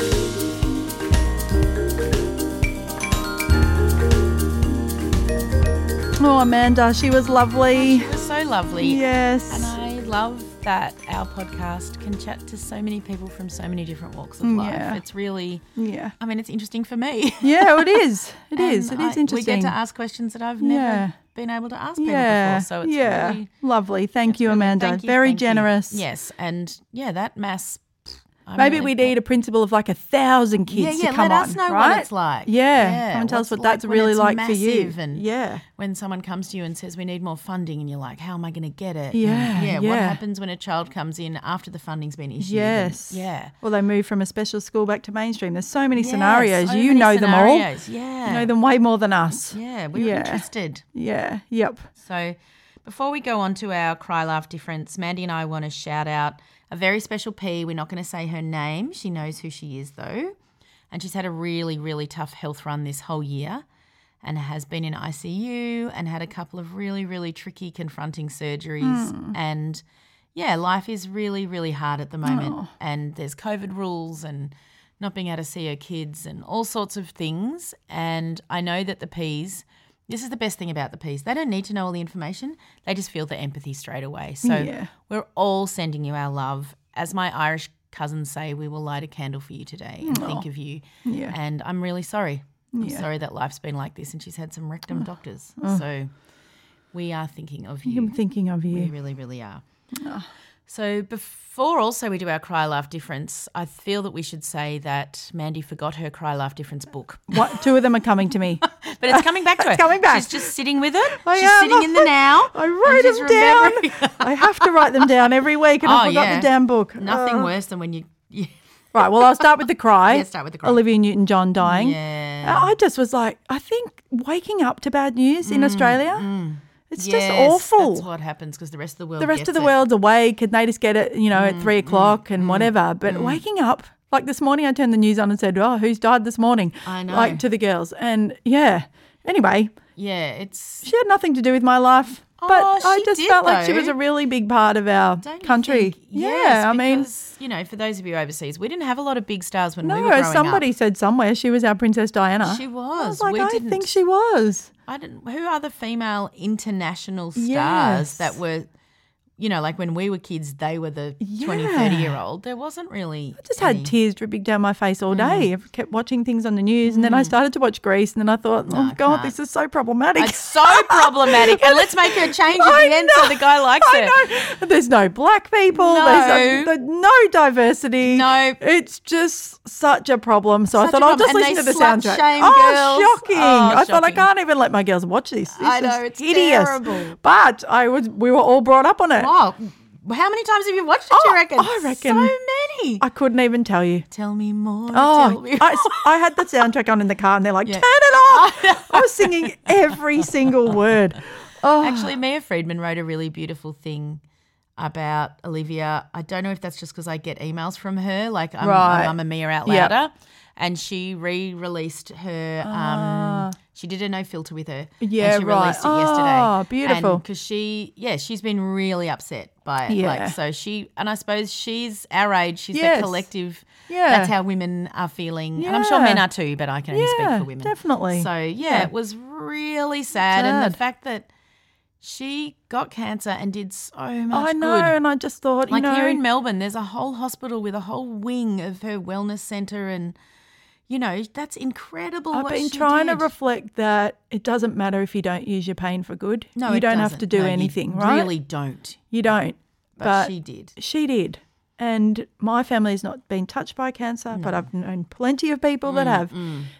S3: Oh, Amanda, she was lovely.
S4: mm. It was so lovely. And
S3: Yes.
S4: I love that our podcast can chat to so many people from so many different walks of
S3: Mm,
S4: life.
S3: yeah.
S4: It's really,
S3: Yeah.
S4: I mean, it's interesting for me.
S3: Yeah, oh, it is.
S4: [laughs]
S3: It
S4: And
S3: is. It
S4: I-
S3: is interesting.
S4: We get to ask questions that I've
S3: Yeah.
S4: never been able to ask people
S3: yeah.
S4: before. So it's
S3: yeah.
S4: really
S3: lovely. Thank you,
S4: Really,
S3: Amanda.
S4: thank you,
S3: Very
S4: thank you.
S3: generous.
S4: Yes, and yeah, that mass. I'm
S3: Maybe
S4: really-
S3: we need a principal of like a thousand
S4: Yeah,
S3: kids
S4: yeah.
S3: to come
S4: let us
S3: on,
S4: know
S3: right?
S4: what it's like.
S3: Yeah. come and tell us
S4: what's
S3: what that's
S4: like when
S3: really
S4: it's
S3: like for you.
S4: massive And
S3: yeah.
S4: when someone comes to you and says we need more funding, and you're like, how am I going to get it? And
S3: Yeah,
S4: yeah. What
S3: yeah.
S4: happens when a child comes in after the funding's been issued? and-
S3: Yes.
S4: yeah.
S3: Or they move from a special school back to mainstream. There's so many
S4: Yeah,
S3: scenarios.
S4: so
S3: you
S4: many
S3: know them
S4: scenarios.
S3: all.
S4: Yeah.
S3: You know them way more than us.
S4: Yeah, we were
S3: Yeah.
S4: interested.
S3: Yeah. Yep.
S4: So, before we go on to our cry laugh difference, Mandy and I want to shout out a very special P. We're not going to say her name. She knows who she is though, and she's had a really really tough health run this whole year, and has been in ICU and had a couple of really really tricky confronting surgeries and. Yeah, life is really, really hard at the moment.
S3: Oh.
S4: And there's COVID rules and not being able to see her kids and all sorts of things. And I know that the Ps, this is the best thing about the Ps, they don't need to know all the information. They just feel the empathy straight away. So
S3: Yeah.
S4: we're all sending you our love. As my Irish cousins say, we will light a candle for you today and think of you.
S3: Oh. Yeah.
S4: And I'm really sorry. I'm
S3: Yeah. Oh.
S4: sorry that life's been like this and she's had some rectum doctors. So we are thinking of you.
S3: I'm thinking of
S4: We
S3: you.
S4: really, really are. So before also we do our cry laugh difference, I feel that we should say that Mandy forgot her cry laugh difference book,
S3: What? Two of them are coming
S4: [laughs]
S3: to me.
S4: but it's coming back to her.
S3: [laughs] It's coming back.
S4: She's just sitting with it.
S3: I
S4: She's
S3: am.
S4: sitting in the now.
S3: [laughs] I
S4: and
S3: wrote
S4: she's
S3: them down.
S4: remembering.
S3: [laughs]
S4: [laughs]
S3: I have to write them down every week, and
S4: Oh,
S3: I forgot
S4: yeah.
S3: the damn book.
S4: Nothing
S3: Uh,
S4: worse than when you. [laughs] you
S3: Right. Well, I'll start with the cry.
S4: Yeah, start with the cry.
S3: Olivia Newton-John dying.
S4: yeah.
S3: I just was like, I think waking up to bad news in Australia, it's just
S4: Mm, Yes,
S3: awful.
S4: That's what happens because the rest of the world.
S3: the rest
S4: gets Mm,
S3: of the
S4: it. mm.
S3: world's awake and they just get it, you know, at three o'clock and whatever. But waking up Like this morning, I turned the news on and said, "Oh, who's died this morning?"
S4: I know.
S3: Like to the girls, and yeah. Anyway,
S4: Yeah, it's
S3: she had nothing to do with my life, but
S4: Oh,
S3: I
S4: she
S3: just
S4: did,
S3: felt like she was
S4: though.
S3: a really big part of our
S4: don't you
S3: [laughs] country.
S4: think-
S3: yeah,
S4: yes,
S3: I mean,
S4: because, you know, for those of you overseas, we didn't have a lot of big stars when we were
S3: no,
S4: growing
S3: somebody
S4: up.
S3: said somewhere she was our Princess Diana.
S4: She
S3: I
S4: was.
S3: was like,
S4: we
S3: I
S4: didn't
S3: think she was.
S4: I didn't. Who are the female international stars
S3: Yes.
S4: that were, you know, like when we were kids, they were the twenty, thirty 20,
S3: Yeah.
S4: 30 year old. There wasn't really.
S3: I just had tears dripping down my face all
S4: Mm.
S3: day. I kept watching things on the news, and then I started to watch Greece, and then I thought, oh god, this is so problematic.
S4: It's so
S3: [laughs]
S4: problematic. And let's make her change at
S3: I
S4: the end so
S3: know.
S4: the guy likes it.
S3: [laughs] I know. There's no black people. There's,
S4: No.
S3: uh, the- no diversity.
S4: No.
S3: It's just such a problem. So I
S4: Such a
S3: thought I'll just
S4: problem.
S3: listen
S4: And
S3: to the
S4: they slut
S3: soundtrack.
S4: shame
S3: oh,
S4: girls.
S3: shocking!
S4: Oh,
S3: I thought I
S4: shocking.
S3: can't even let my girls watch this. this
S4: I know,
S3: is
S4: it's
S3: hideous.
S4: terrible.
S3: But I was. We were all brought up on it.
S4: Wow. How many times have you watched it, do
S3: Oh,
S4: you reckon?
S3: I reckon-
S4: So many.
S3: I couldn't even tell you.
S4: Tell me more. tell
S3: Oh,
S4: me
S3: I,
S4: more.
S3: I had the soundtrack on in the car, and they're like,
S4: Yeah.
S3: "Turn it
S4: [laughs]
S3: off!" I was singing every single word. Oh,
S4: Actually, Mia Friedman wrote a really beautiful thing about Olivia. I don't know if that's just because I get emails from her, like I'm,
S3: Right.
S4: I'm a Mia out
S3: Yep.
S4: louder, and she re-released her. Um, she did a no filter with her.
S3: Ah. Yeah,
S4: and she
S3: right.
S4: released it
S3: Oh,
S4: yesterday.
S3: beautiful.
S4: Because she, yeah, she's been really upset by it.
S3: Yeah.
S4: Like, so she, and I suppose she's our age. She's
S3: Yes.
S4: the collective.
S3: Yeah.
S4: that's how women are feeling, and I'm sure
S3: Yeah.
S4: men are too. But I can only
S3: Yeah,
S4: speak for women.
S3: definitely.
S4: So yeah, it was really sad, and
S3: Sad.
S4: the fact that she got cancer and did so much
S3: I know,
S4: good.
S3: and I just thought, you
S4: Like
S3: know,
S4: here in Melbourne, there's a whole hospital with a whole wing of her wellness centre, and you know that's incredible.
S3: I've
S4: what
S3: been
S4: she
S3: trying
S4: did.
S3: to reflect that it doesn't matter if you don't use your pain for good.
S4: No,
S3: you
S4: it
S3: don't have
S4: doesn't.
S3: to do
S4: No, you
S3: anything, right?
S4: Really don't.
S3: you don't.
S4: But, she did.
S3: She did. And my family has not been touched by cancer, but I've known plenty of people that have.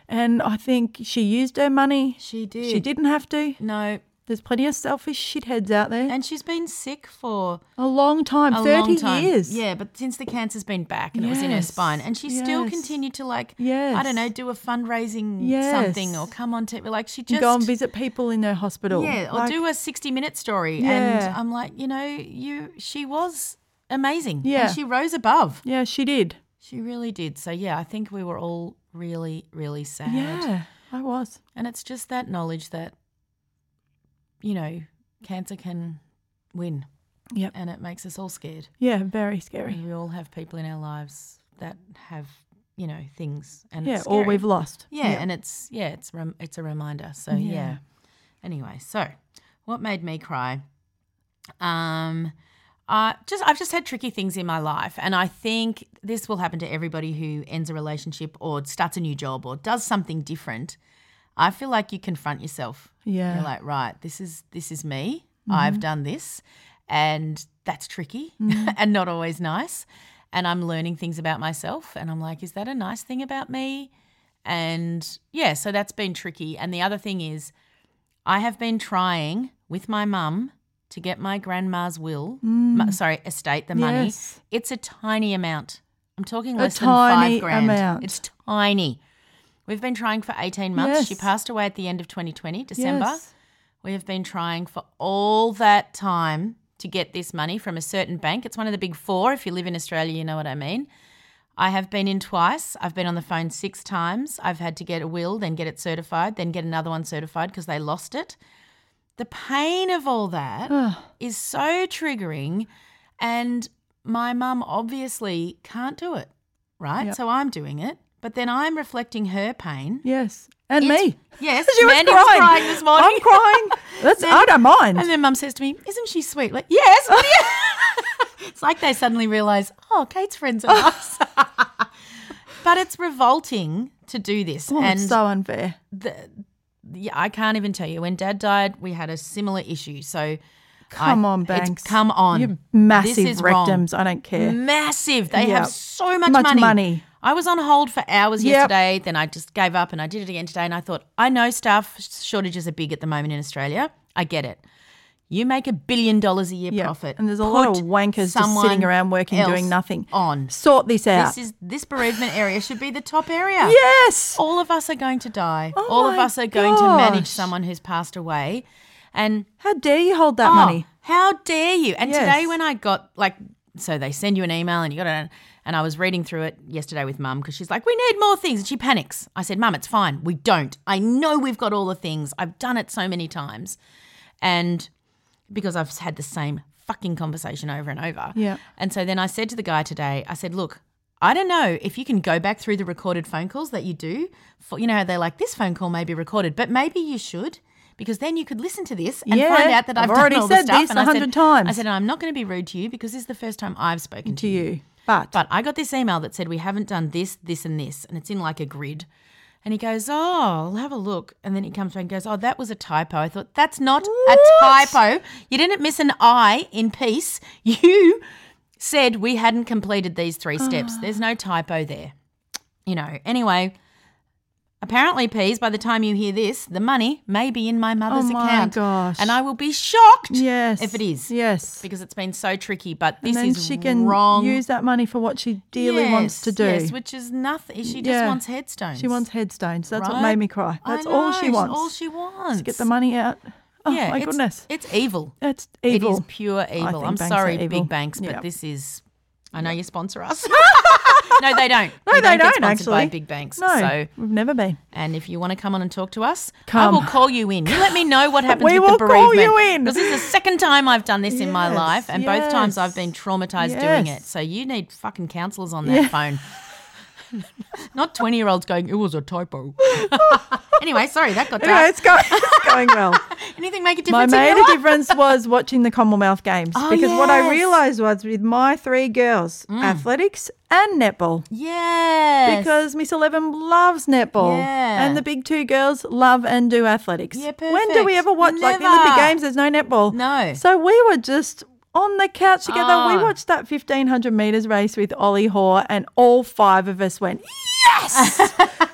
S3: And I think she used her money.
S4: Mm, She did.
S3: She didn't have to.
S4: No,
S3: There's plenty of selfish shitheads out there.
S4: and she's been sick for
S3: a long time,
S4: a
S3: 30
S4: long time.
S3: years.
S4: Yeah, but since the cancer's been back and it was in her
S3: Yes,
S4: spine, and she still
S3: yes.
S4: continued to like, I
S3: Yes.
S4: don't know, do a fundraising something
S3: Yes.
S4: or come on TV. Like she
S3: And
S4: just
S3: go and visit people in their hospital.
S4: Yeah, or
S3: Like,
S4: do a sixty-minute story.
S3: Yeah.
S4: And I'm like, you know, you she was amazing.
S3: Yeah.
S4: and she rose above.
S3: Yeah, she did.
S4: She really did. So yeah, I think we were all really, really sad.
S3: Yeah, I was.
S4: and it's just that knowledge that, you know, cancer can win,
S3: Yep.
S4: and it makes us all scared.
S3: Yeah, very scary.
S4: We all have people in our lives that have, you know, things, and
S3: yeah,
S4: it's
S3: or
S4: scary.
S3: we've lost.
S4: Yeah, and it's yeah, it's rem- it's a reminder. So yeah. Anyway, so what made me cry? Um, I just I've just had tricky things in my life, and I think this will happen to everybody who ends a relationship or starts a new job or does something different. I feel like you confront yourself.
S3: Yeah.
S4: You're like, right, this is this is me. I've done this, and that's tricky [laughs] and not always nice. And I'm learning things about myself, and I'm like, is that a nice thing about me? And yeah, so that's been tricky. And the other thing is, I have been trying with my mum to get my grandma's will, mu- sorry, estate, the money.
S3: Mm. Yes.
S4: It's a tiny amount. I'm talking
S3: A
S4: less
S3: tiny
S4: than five grand.
S3: amount.
S4: It's tiny. We've been trying for 18 months. She
S3: Yes.
S4: passed away at the end of 2020, December.
S3: Yes.
S4: We have been trying for all that time to get this money from a certain bank. It's one of the big four. If you live in Australia, you know what I mean. I have been in twice. I've been on the phone six times. I've had to get a will, then get it certified, then get another one certified because they lost it. The pain of all that is so triggering. And my mum obviously can't do it, right?
S3: Yep.
S4: So I'm doing it. But then I'm reflecting her pain.
S3: [laughs] Yes. And
S4: It's-
S3: me. [laughs]
S4: Yes,
S3: she was
S4: Mandy
S3: crying.
S4: was crying this morning. [laughs]
S3: I'm crying. That's, I
S4: Mandy-
S3: don't mind.
S4: And then mum says to me, Isn't she sweet? Like, yes.
S3: [laughs]
S4: [laughs] it's like they suddenly realise, Oh, Kate's friends are
S3: [laughs]
S4: us. but it's revolting to do this.
S3: oh,
S4: and
S3: it's so unfair.
S4: the, yeah, I can't even tell you. When dad died, we had a similar issue. So
S3: Come
S4: I-
S3: on,
S4: it's-
S3: Banks.
S4: Come on.
S3: You massive
S4: This is wrong.
S3: rectums. I don't care.
S4: Massive. They
S3: Yeah.
S4: have so much,
S3: Much
S4: money.
S3: money.
S4: I was on hold for hours
S3: Yep.
S4: yesterday. Then I just gave up and I did it again today. And I thought, I know staff shortages are big at the moment in Australia. I get it. You make a billion dollars a year
S3: Yeah.
S4: profit.
S3: And there's a lot of
S4: Put
S3: wankers just
S4: someone
S3: sitting around working, doing
S4: else
S3: nothing.
S4: On
S3: Sort this out.
S4: this is this bereavement area should be the top area.
S3: yes.
S4: All of us are going to die.
S3: Oh
S4: All of
S3: my
S4: us are going to manage
S3: gosh.
S4: someone who's passed away. And
S3: How dare you hold that
S4: Oh,
S3: money?
S4: How dare you? And
S3: Yes.
S4: today when I got like so they send you an email and you got to and I was reading through it yesterday with mum because she's like, "We need more things," and she panics. I said, "Mum, it's fine. We don't. I know we've got all the things. I've done it so many times, and because I've had the same fucking conversation over and over.
S3: Yeah.
S4: And so then I said to the guy today, I said, "Look." I don't know if you can go back through the recorded phone calls that you do. For you know how they're like this phone call may be recorded, but maybe you should because then you could listen to this and
S3: Yeah,
S4: find out that I've,
S3: I've already
S4: done all the
S3: said
S4: stuff.
S3: this
S4: And I said-
S3: 100 times.
S4: I said, and I'm not going to be rude to you because this is the first time I've spoken
S3: to you. But,
S4: but I got this email that said we haven't done this, this, and this, and it's in like a grid. And he goes, "Oh, I'll have a look." And then he comes back and goes, "Oh, that was a typo." I thought that's not a typo. You didn't miss an I in peace. [laughs] You said we hadn't completed these three
S3: Ah.
S4: steps. There's no typo there. You know. Anyway, apparently, peas. By the time you hear this, the money may be in my mother's
S3: Oh my
S4: account.
S3: gosh.
S4: And I will be shocked.
S3: yes,
S4: If it is.
S3: yes,
S4: Because it's been so tricky, but
S3: and
S4: this
S3: then
S4: is
S3: she can
S4: wrong.
S3: use that money for what she dearly wants to
S4: Yes,
S3: do.
S4: Yes, which is nothing. She just
S3: Yeah.
S4: wants headstones.
S3: She wants headstones. That's
S4: right?
S3: what made me cry.
S4: I
S3: That's all she
S4: know,
S3: wants.
S4: All she wants.
S3: to get the money out. Oh
S4: yeah,
S3: my
S4: it's-
S3: goodness,
S4: It's evil.
S3: that's evil.
S4: It is pure
S3: I
S4: evil.
S3: think
S4: I'm
S3: banks are
S4: sorry,
S3: evil.
S4: big banks, but
S3: Yeah.
S4: this is. I know you sponsor
S3: [laughs]
S4: us. [laughs] no, they don't.
S3: No,
S4: we don't, get
S3: they don't,
S4: sponsored
S3: actually.
S4: by big banks.
S3: No,
S4: So,
S3: we've never been.
S4: and if you want to come on and talk to us,
S3: Come.
S4: I will call you in. You let me know what happens
S3: [laughs] We
S4: with the
S3: will call
S4: bereavement.
S3: you in.
S4: because this is the second time I've done this in my
S3: Yes,
S4: life, and both times
S3: yes.
S4: I've been traumatized doing
S3: Yes.
S4: it. So you need fucking counselors on that
S3: [laughs]
S4: phone. Not twenty-year-olds going. It was a
S3: [laughs]
S4: typo. anyway, sorry that got dark.
S3: Anyway, it's, go- [laughs]
S4: [laughs]
S3: it's going well.
S4: Anything make a
S3: my
S4: difference? in your
S3: major
S4: life?
S3: difference was watching the Commonwealth Games
S4: Oh,
S3: because what I
S4: yes. Mm.
S3: realised was with my three girls, athletics and netball.
S4: Yes.
S3: Because Miss Eleven loves netball,
S4: Yeah.
S3: and the big two girls love and do athletics.
S4: Yeah,
S3: When do we
S4: perfect.
S3: ever watch like the
S4: Never.
S3: Olympic Games? There's no netball.
S4: No.
S3: So we were just on the couch together. We
S4: Oh.
S3: watched that 1500 meters race with Ollie Hoare, and all five of us went.
S4: [laughs]
S3: Yes,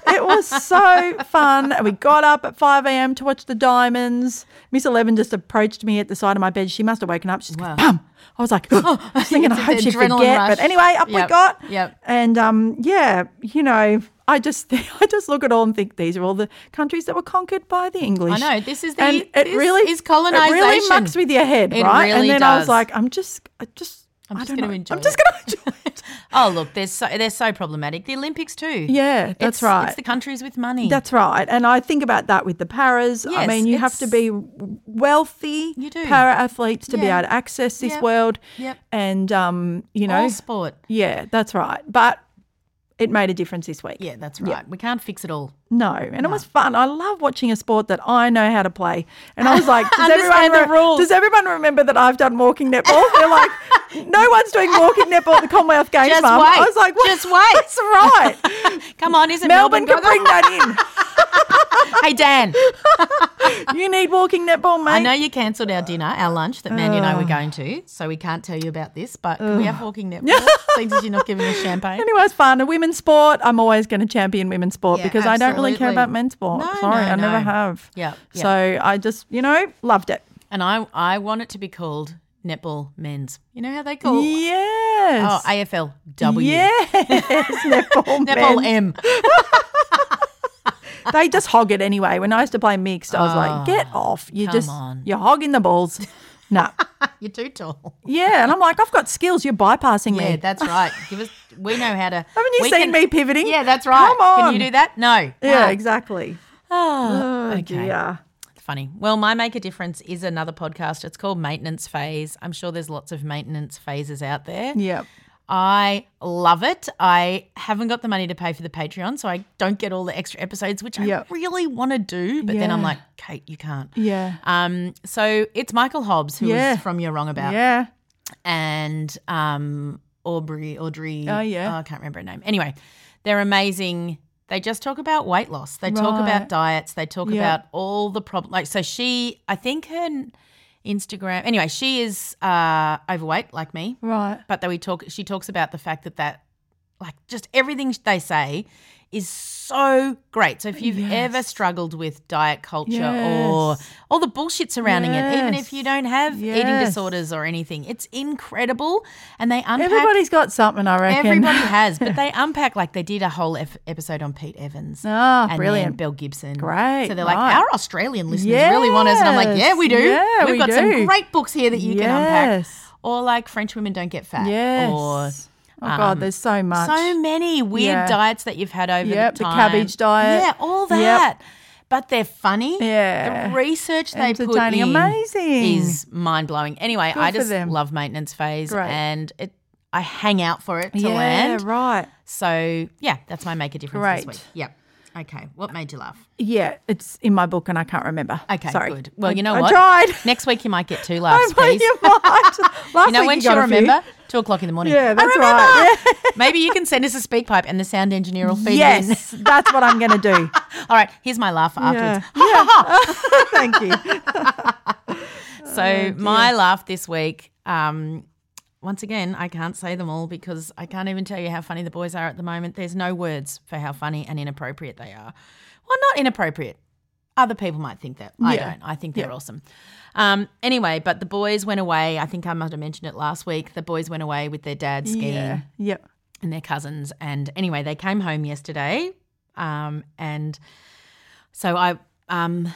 S3: it was so fun. And we got up at 5 a.m. to watch the diamonds. Miss Eleven just approached me at the side of my bed. She must have woken up. She's like, "Bam!" I was like, [gasps] oh, I was thinking, I
S4: It's
S3: hope
S4: the
S3: she forget.
S4: adrenaline rush.
S3: But anyway, up we
S4: Yep,
S3: got.
S4: yep.
S3: And um, yeah, you know, I just [laughs] I just look at all and think these are all the countries that were conquered by the English.
S4: know, this is the-
S3: and it
S4: this
S3: really
S4: is
S3: It really
S4: colonisation.
S3: mucks with your head,
S4: It
S3: right? and
S4: really
S3: then I was
S4: does.
S3: like, I'm just, I just.
S4: I'm
S3: I
S4: just
S3: don't
S4: gonna
S3: know.
S4: enjoy
S3: I'm just
S4: it.
S3: going to enjoy it.
S4: [laughs] Oh look, they're so they're so problematic. The Olympics too.
S3: Yeah,
S4: It's-
S3: that's right.
S4: It's the countries with money.
S3: That's right. And I think about that with the paras. I
S4: Yes,
S3: mean, you have to
S4: it's-
S3: be wealthy
S4: You do.
S3: para athletes to be
S4: Yeah.
S3: able to access this
S4: Yep.
S3: world.
S4: Yep.
S3: And, um, you know,
S4: all sport.
S3: yeah, that's right. But it made a difference this week.
S4: Yeah, that's right. We can't fix it all.
S3: No, and it was fun. I love watching a sport that I know how to play. And I
S4: [laughs]
S3: was like, does everyone
S4: Understand the
S3: re-
S4: rules.
S3: does everyone remember that I've done walking netball? [laughs] They're like, no one's doing walking netball at the Commonwealth Games,
S4: Just
S3: Mum. I
S4: wait.
S3: was like, what?
S4: Just wait.
S3: That's
S4: [laughs]
S3: right.
S4: Come on, is it
S3: Melbourne
S4: Melbourne?
S3: can bring that
S4: brother? hey Dan, [laughs]
S3: in. You need walking netball, mate.
S4: I know you cancelled our dinner, our lunch that Mandy and I were
S3: Uh.
S4: going to, so we can't tell you about this. But can we have
S3: [laughs]
S4: walking netball? Seeing as you're not giving us champagne.
S3: Anyway, it's fun. A women's sport. I'm always going to champion women's sport
S4: Yeah,
S3: because I don't really care
S4: absolutely.
S3: about men's sport.
S4: No,
S3: Sorry,
S4: no,
S3: I never
S4: no.
S3: have.
S4: Yeah, yeah.
S3: So I just, you know, loved it.
S4: And I I want it to be called netball men's. You know how they call
S3: Yes.
S4: oh AFLW. [laughs]
S3: Yes, [laughs] netball,
S4: Netball M.
S3: men. They just hog it anyway. When I used to play mixed, I was like, "Get off! You
S4: Oh, come
S3: just
S4: on.
S3: you're hogging
S4: [laughs]
S3: the balls." no,
S4: You're too tall.
S3: yeah, and I'm like, "I've got skills. You're bypassing [laughs] me."
S4: Yeah, that's right. Give us. We know how to.
S3: Haven't you
S4: we
S3: seen
S4: can-
S3: me pivoting?
S4: Yeah, that's right.
S3: Come on.
S4: Can you do that? No.
S3: yeah,
S4: Can't.
S3: exactly.
S4: Oh,
S3: Oh,
S4: okay.
S3: dear.
S4: Funny. Well, my make a difference is another podcast. It's called Maintenance Phase. I'm sure there's lots of maintenance phases out there.
S3: Yep.
S4: I love it. I haven't got the money to pay for the Patreon, so I don't get all the extra episodes, which
S3: Yep.
S4: I really want to do. But then I'm
S3: Yeah.
S4: like, Kate, you can't.
S3: Yeah.
S4: Um. So it's Michael Hobbs who was
S3: Yeah.
S4: from You're Wrong About
S3: Yeah.
S4: and um, Aubrey, Audrey.
S3: Oh, yeah.
S4: I can't remember her name. Anyway, they're amazing. They just talk about weight loss. They talk
S3: Right.
S4: about diets. They talk
S3: Yeah.
S4: about all the problems. Like, so she, I think her n- Instagram. Anyway, she is uh, overweight, like me.
S3: Right.
S4: But that we talk. She talks about the fact that that, like, just everything they say is so great. So if you've ever struggled with diet culture or
S3: Yes.
S4: all the bullshit surrounding it, even if
S3: Yes.
S4: you don't have eating
S3: Yes.
S4: disorders or anything, it's incredible. And they unpack.
S3: Everybody's got something, I reckon. [laughs]
S4: Everybody has, but they unpack like they did a whole ef- episode on Pete Evans.
S3: Ah,
S4: and
S3: brilliant.
S4: Then Bill Gibson.
S3: Great,
S4: So they're
S3: right.
S4: like, our Australian listeners really want us. And I'm like, yeah, we do.
S3: Yes, yeah,
S4: We've
S3: we
S4: got some
S3: do."
S4: great books here that you can unpack.
S3: Yes.
S4: or like French women don't get fat.
S3: Yes.
S4: Or
S3: oh God,
S4: um,
S3: there's so much.
S4: so many weird
S3: Yeah.
S4: diets that you've had over
S3: Yep,
S4: the
S3: the
S4: time.
S3: cabbage diet.
S4: Yeah, all
S3: Yep.
S4: that. But they're funny.
S3: Yeah.
S4: The research they put
S3: Entertaining.
S4: in
S3: Amazing.
S4: is mind blowing. Anyway,
S3: Good
S4: I
S3: for
S4: just
S3: them.
S4: love maintenance phase
S3: Great.
S4: and it I hang out for it to
S3: yeah,
S4: land.
S3: right.
S4: So yeah, that's my make a difference this
S3: Great.
S4: week. Yep. Okay. What made you laugh?
S3: Yeah, it's in my book and I can't remember.
S4: Okay,
S3: Sorry.
S4: good. Well,
S3: I-
S4: you know
S3: I
S4: what?
S3: tried. [laughs]
S4: Next week you might get two laughs,
S3: I
S4: please. [laughs]
S3: you might. Last
S4: You know
S3: week
S4: when
S3: got
S4: she'll
S3: a few.
S4: remember? Two o'clock in the morning.
S3: Yeah,
S4: I
S3: that's
S4: remember.
S3: right.
S4: [laughs]
S3: Yeah.
S4: Maybe you can send us a speak pipe and the sound engineer will feed it in. [laughs]
S3: Yes, that's what I'm going to do.
S4: All right, here's my laugh afterwards. [laughs]
S3: Thank you.
S4: So
S3: Oh,
S4: my laugh this week. Um, once again, I can't say them all because I can't even tell you how funny the boys are at the moment. There's no words for how funny and inappropriate they are. Well, not inappropriate. Other people might think that. I
S3: Yeah.
S4: don't. I think they're awesome. Um, anyway, but the boys went away. I think I might have mentioned it last week. The boys went away with their dad skiing
S3: Yeah. Yep.
S4: and their cousins. And anyway, they came home yesterday. Um, and so I, um,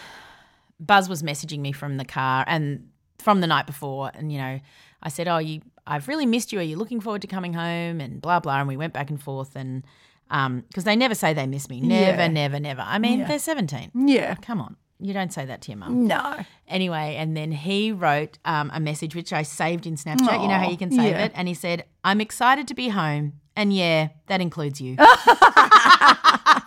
S4: Buzz was messaging me from the car and from the night before. And, you know, I said, Oh, you, I've really missed you. Are you looking forward to coming home? And blah, blah. And we went back and forth. And, um, because they never say they miss me. Never,
S3: Yeah.
S4: never, never. I mean, they're 17.
S3: Yeah.
S4: Come on. You don't say that to your mum.
S3: No.
S4: Anyway, and then he wrote um, a message which I saved in Snapchat. you know how you can save
S3: yeah.
S4: it? And he said, I'm excited to be home. And yeah, that includes you.
S3: Oh,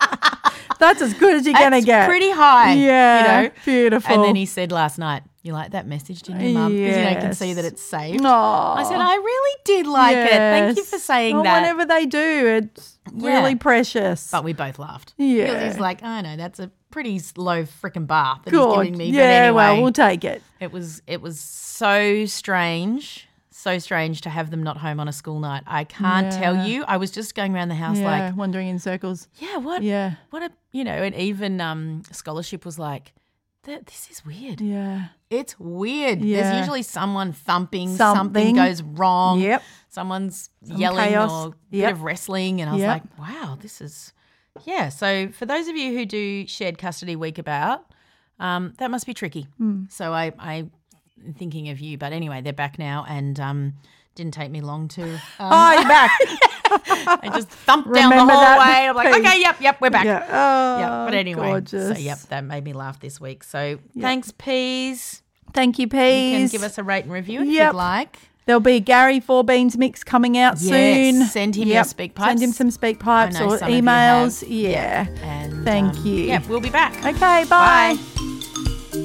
S3: That's as good as you're going to
S4: That's
S3: get.
S4: pretty high. you
S3: Yeah.
S4: know?
S3: Beautiful.
S4: And then he said last night, You like that message, didn't you, mum? Because you, know, you can see
S3: Yes.
S4: that it's saved.
S3: Aw.
S4: I said, I really did like it. Thank you
S3: Yes.
S4: for saying
S3: Well,
S4: that.
S3: Whenever they do, it's
S4: Yeah.
S3: really precious.
S4: But we both laughed. Because
S3: Yeah.
S4: he's like, I know, that's a pretty s- low freaking bar that he's
S3: good.
S4: giving me.
S3: yeah,
S4: but anyway.
S3: well, we'll take it.
S4: It was it was so strange, so strange to have them not home on a school night. I can't tell you. I was just going around the house
S3: yeah,
S4: like,
S3: wandering in circles.
S4: yeah, what,
S3: Yeah.
S4: what a, you know, and even um, scholarship was like, "Th- this is weird.
S3: Yeah.
S4: It's weird. There's
S3: Yeah.
S4: usually someone thumping, something
S3: Something.
S4: goes wrong.
S3: Yep.
S4: Someone's
S3: Some
S4: yelling
S3: chaos.
S4: or a
S3: Yep.
S4: bit of wrestling. And I was
S3: Yep.
S4: like, wow, this is, yeah. So for those of you who do shared custody week about, um, that must be tricky.
S3: Hmm.
S4: So I, I, thinking of you, but anyway, they're back now and um, didn't take me long to. Um,
S3: Oh, you're
S4: [laughs]
S3: back.
S4: I
S3: [laughs]
S4: just thumped down the
S3: Remember that
S4: hallway. I'm like,
S3: piece.
S4: okay, yep, yep, we're back.
S3: Yeah. Oh,
S4: Yeah, but anyway,
S3: Gorgeous.
S4: so yep, that made me laugh this week. So thanks, peas.
S3: Thank you,
S4: You can
S3: Peas.
S4: give us a rate and review if
S3: Yep.
S4: you'd like.
S3: There'll be Gary Four Beans mix coming out
S4: Yes,
S3: soon.
S4: send him your speak pipes.
S3: Send him some speak pipes
S4: I know
S3: or
S4: some of you have.
S3: emails. Yeah.
S4: And
S3: Thank
S4: um,
S3: you.
S4: Yeah, we'll be back.
S3: Okay,
S4: Bye.
S3: bye.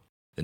S6: the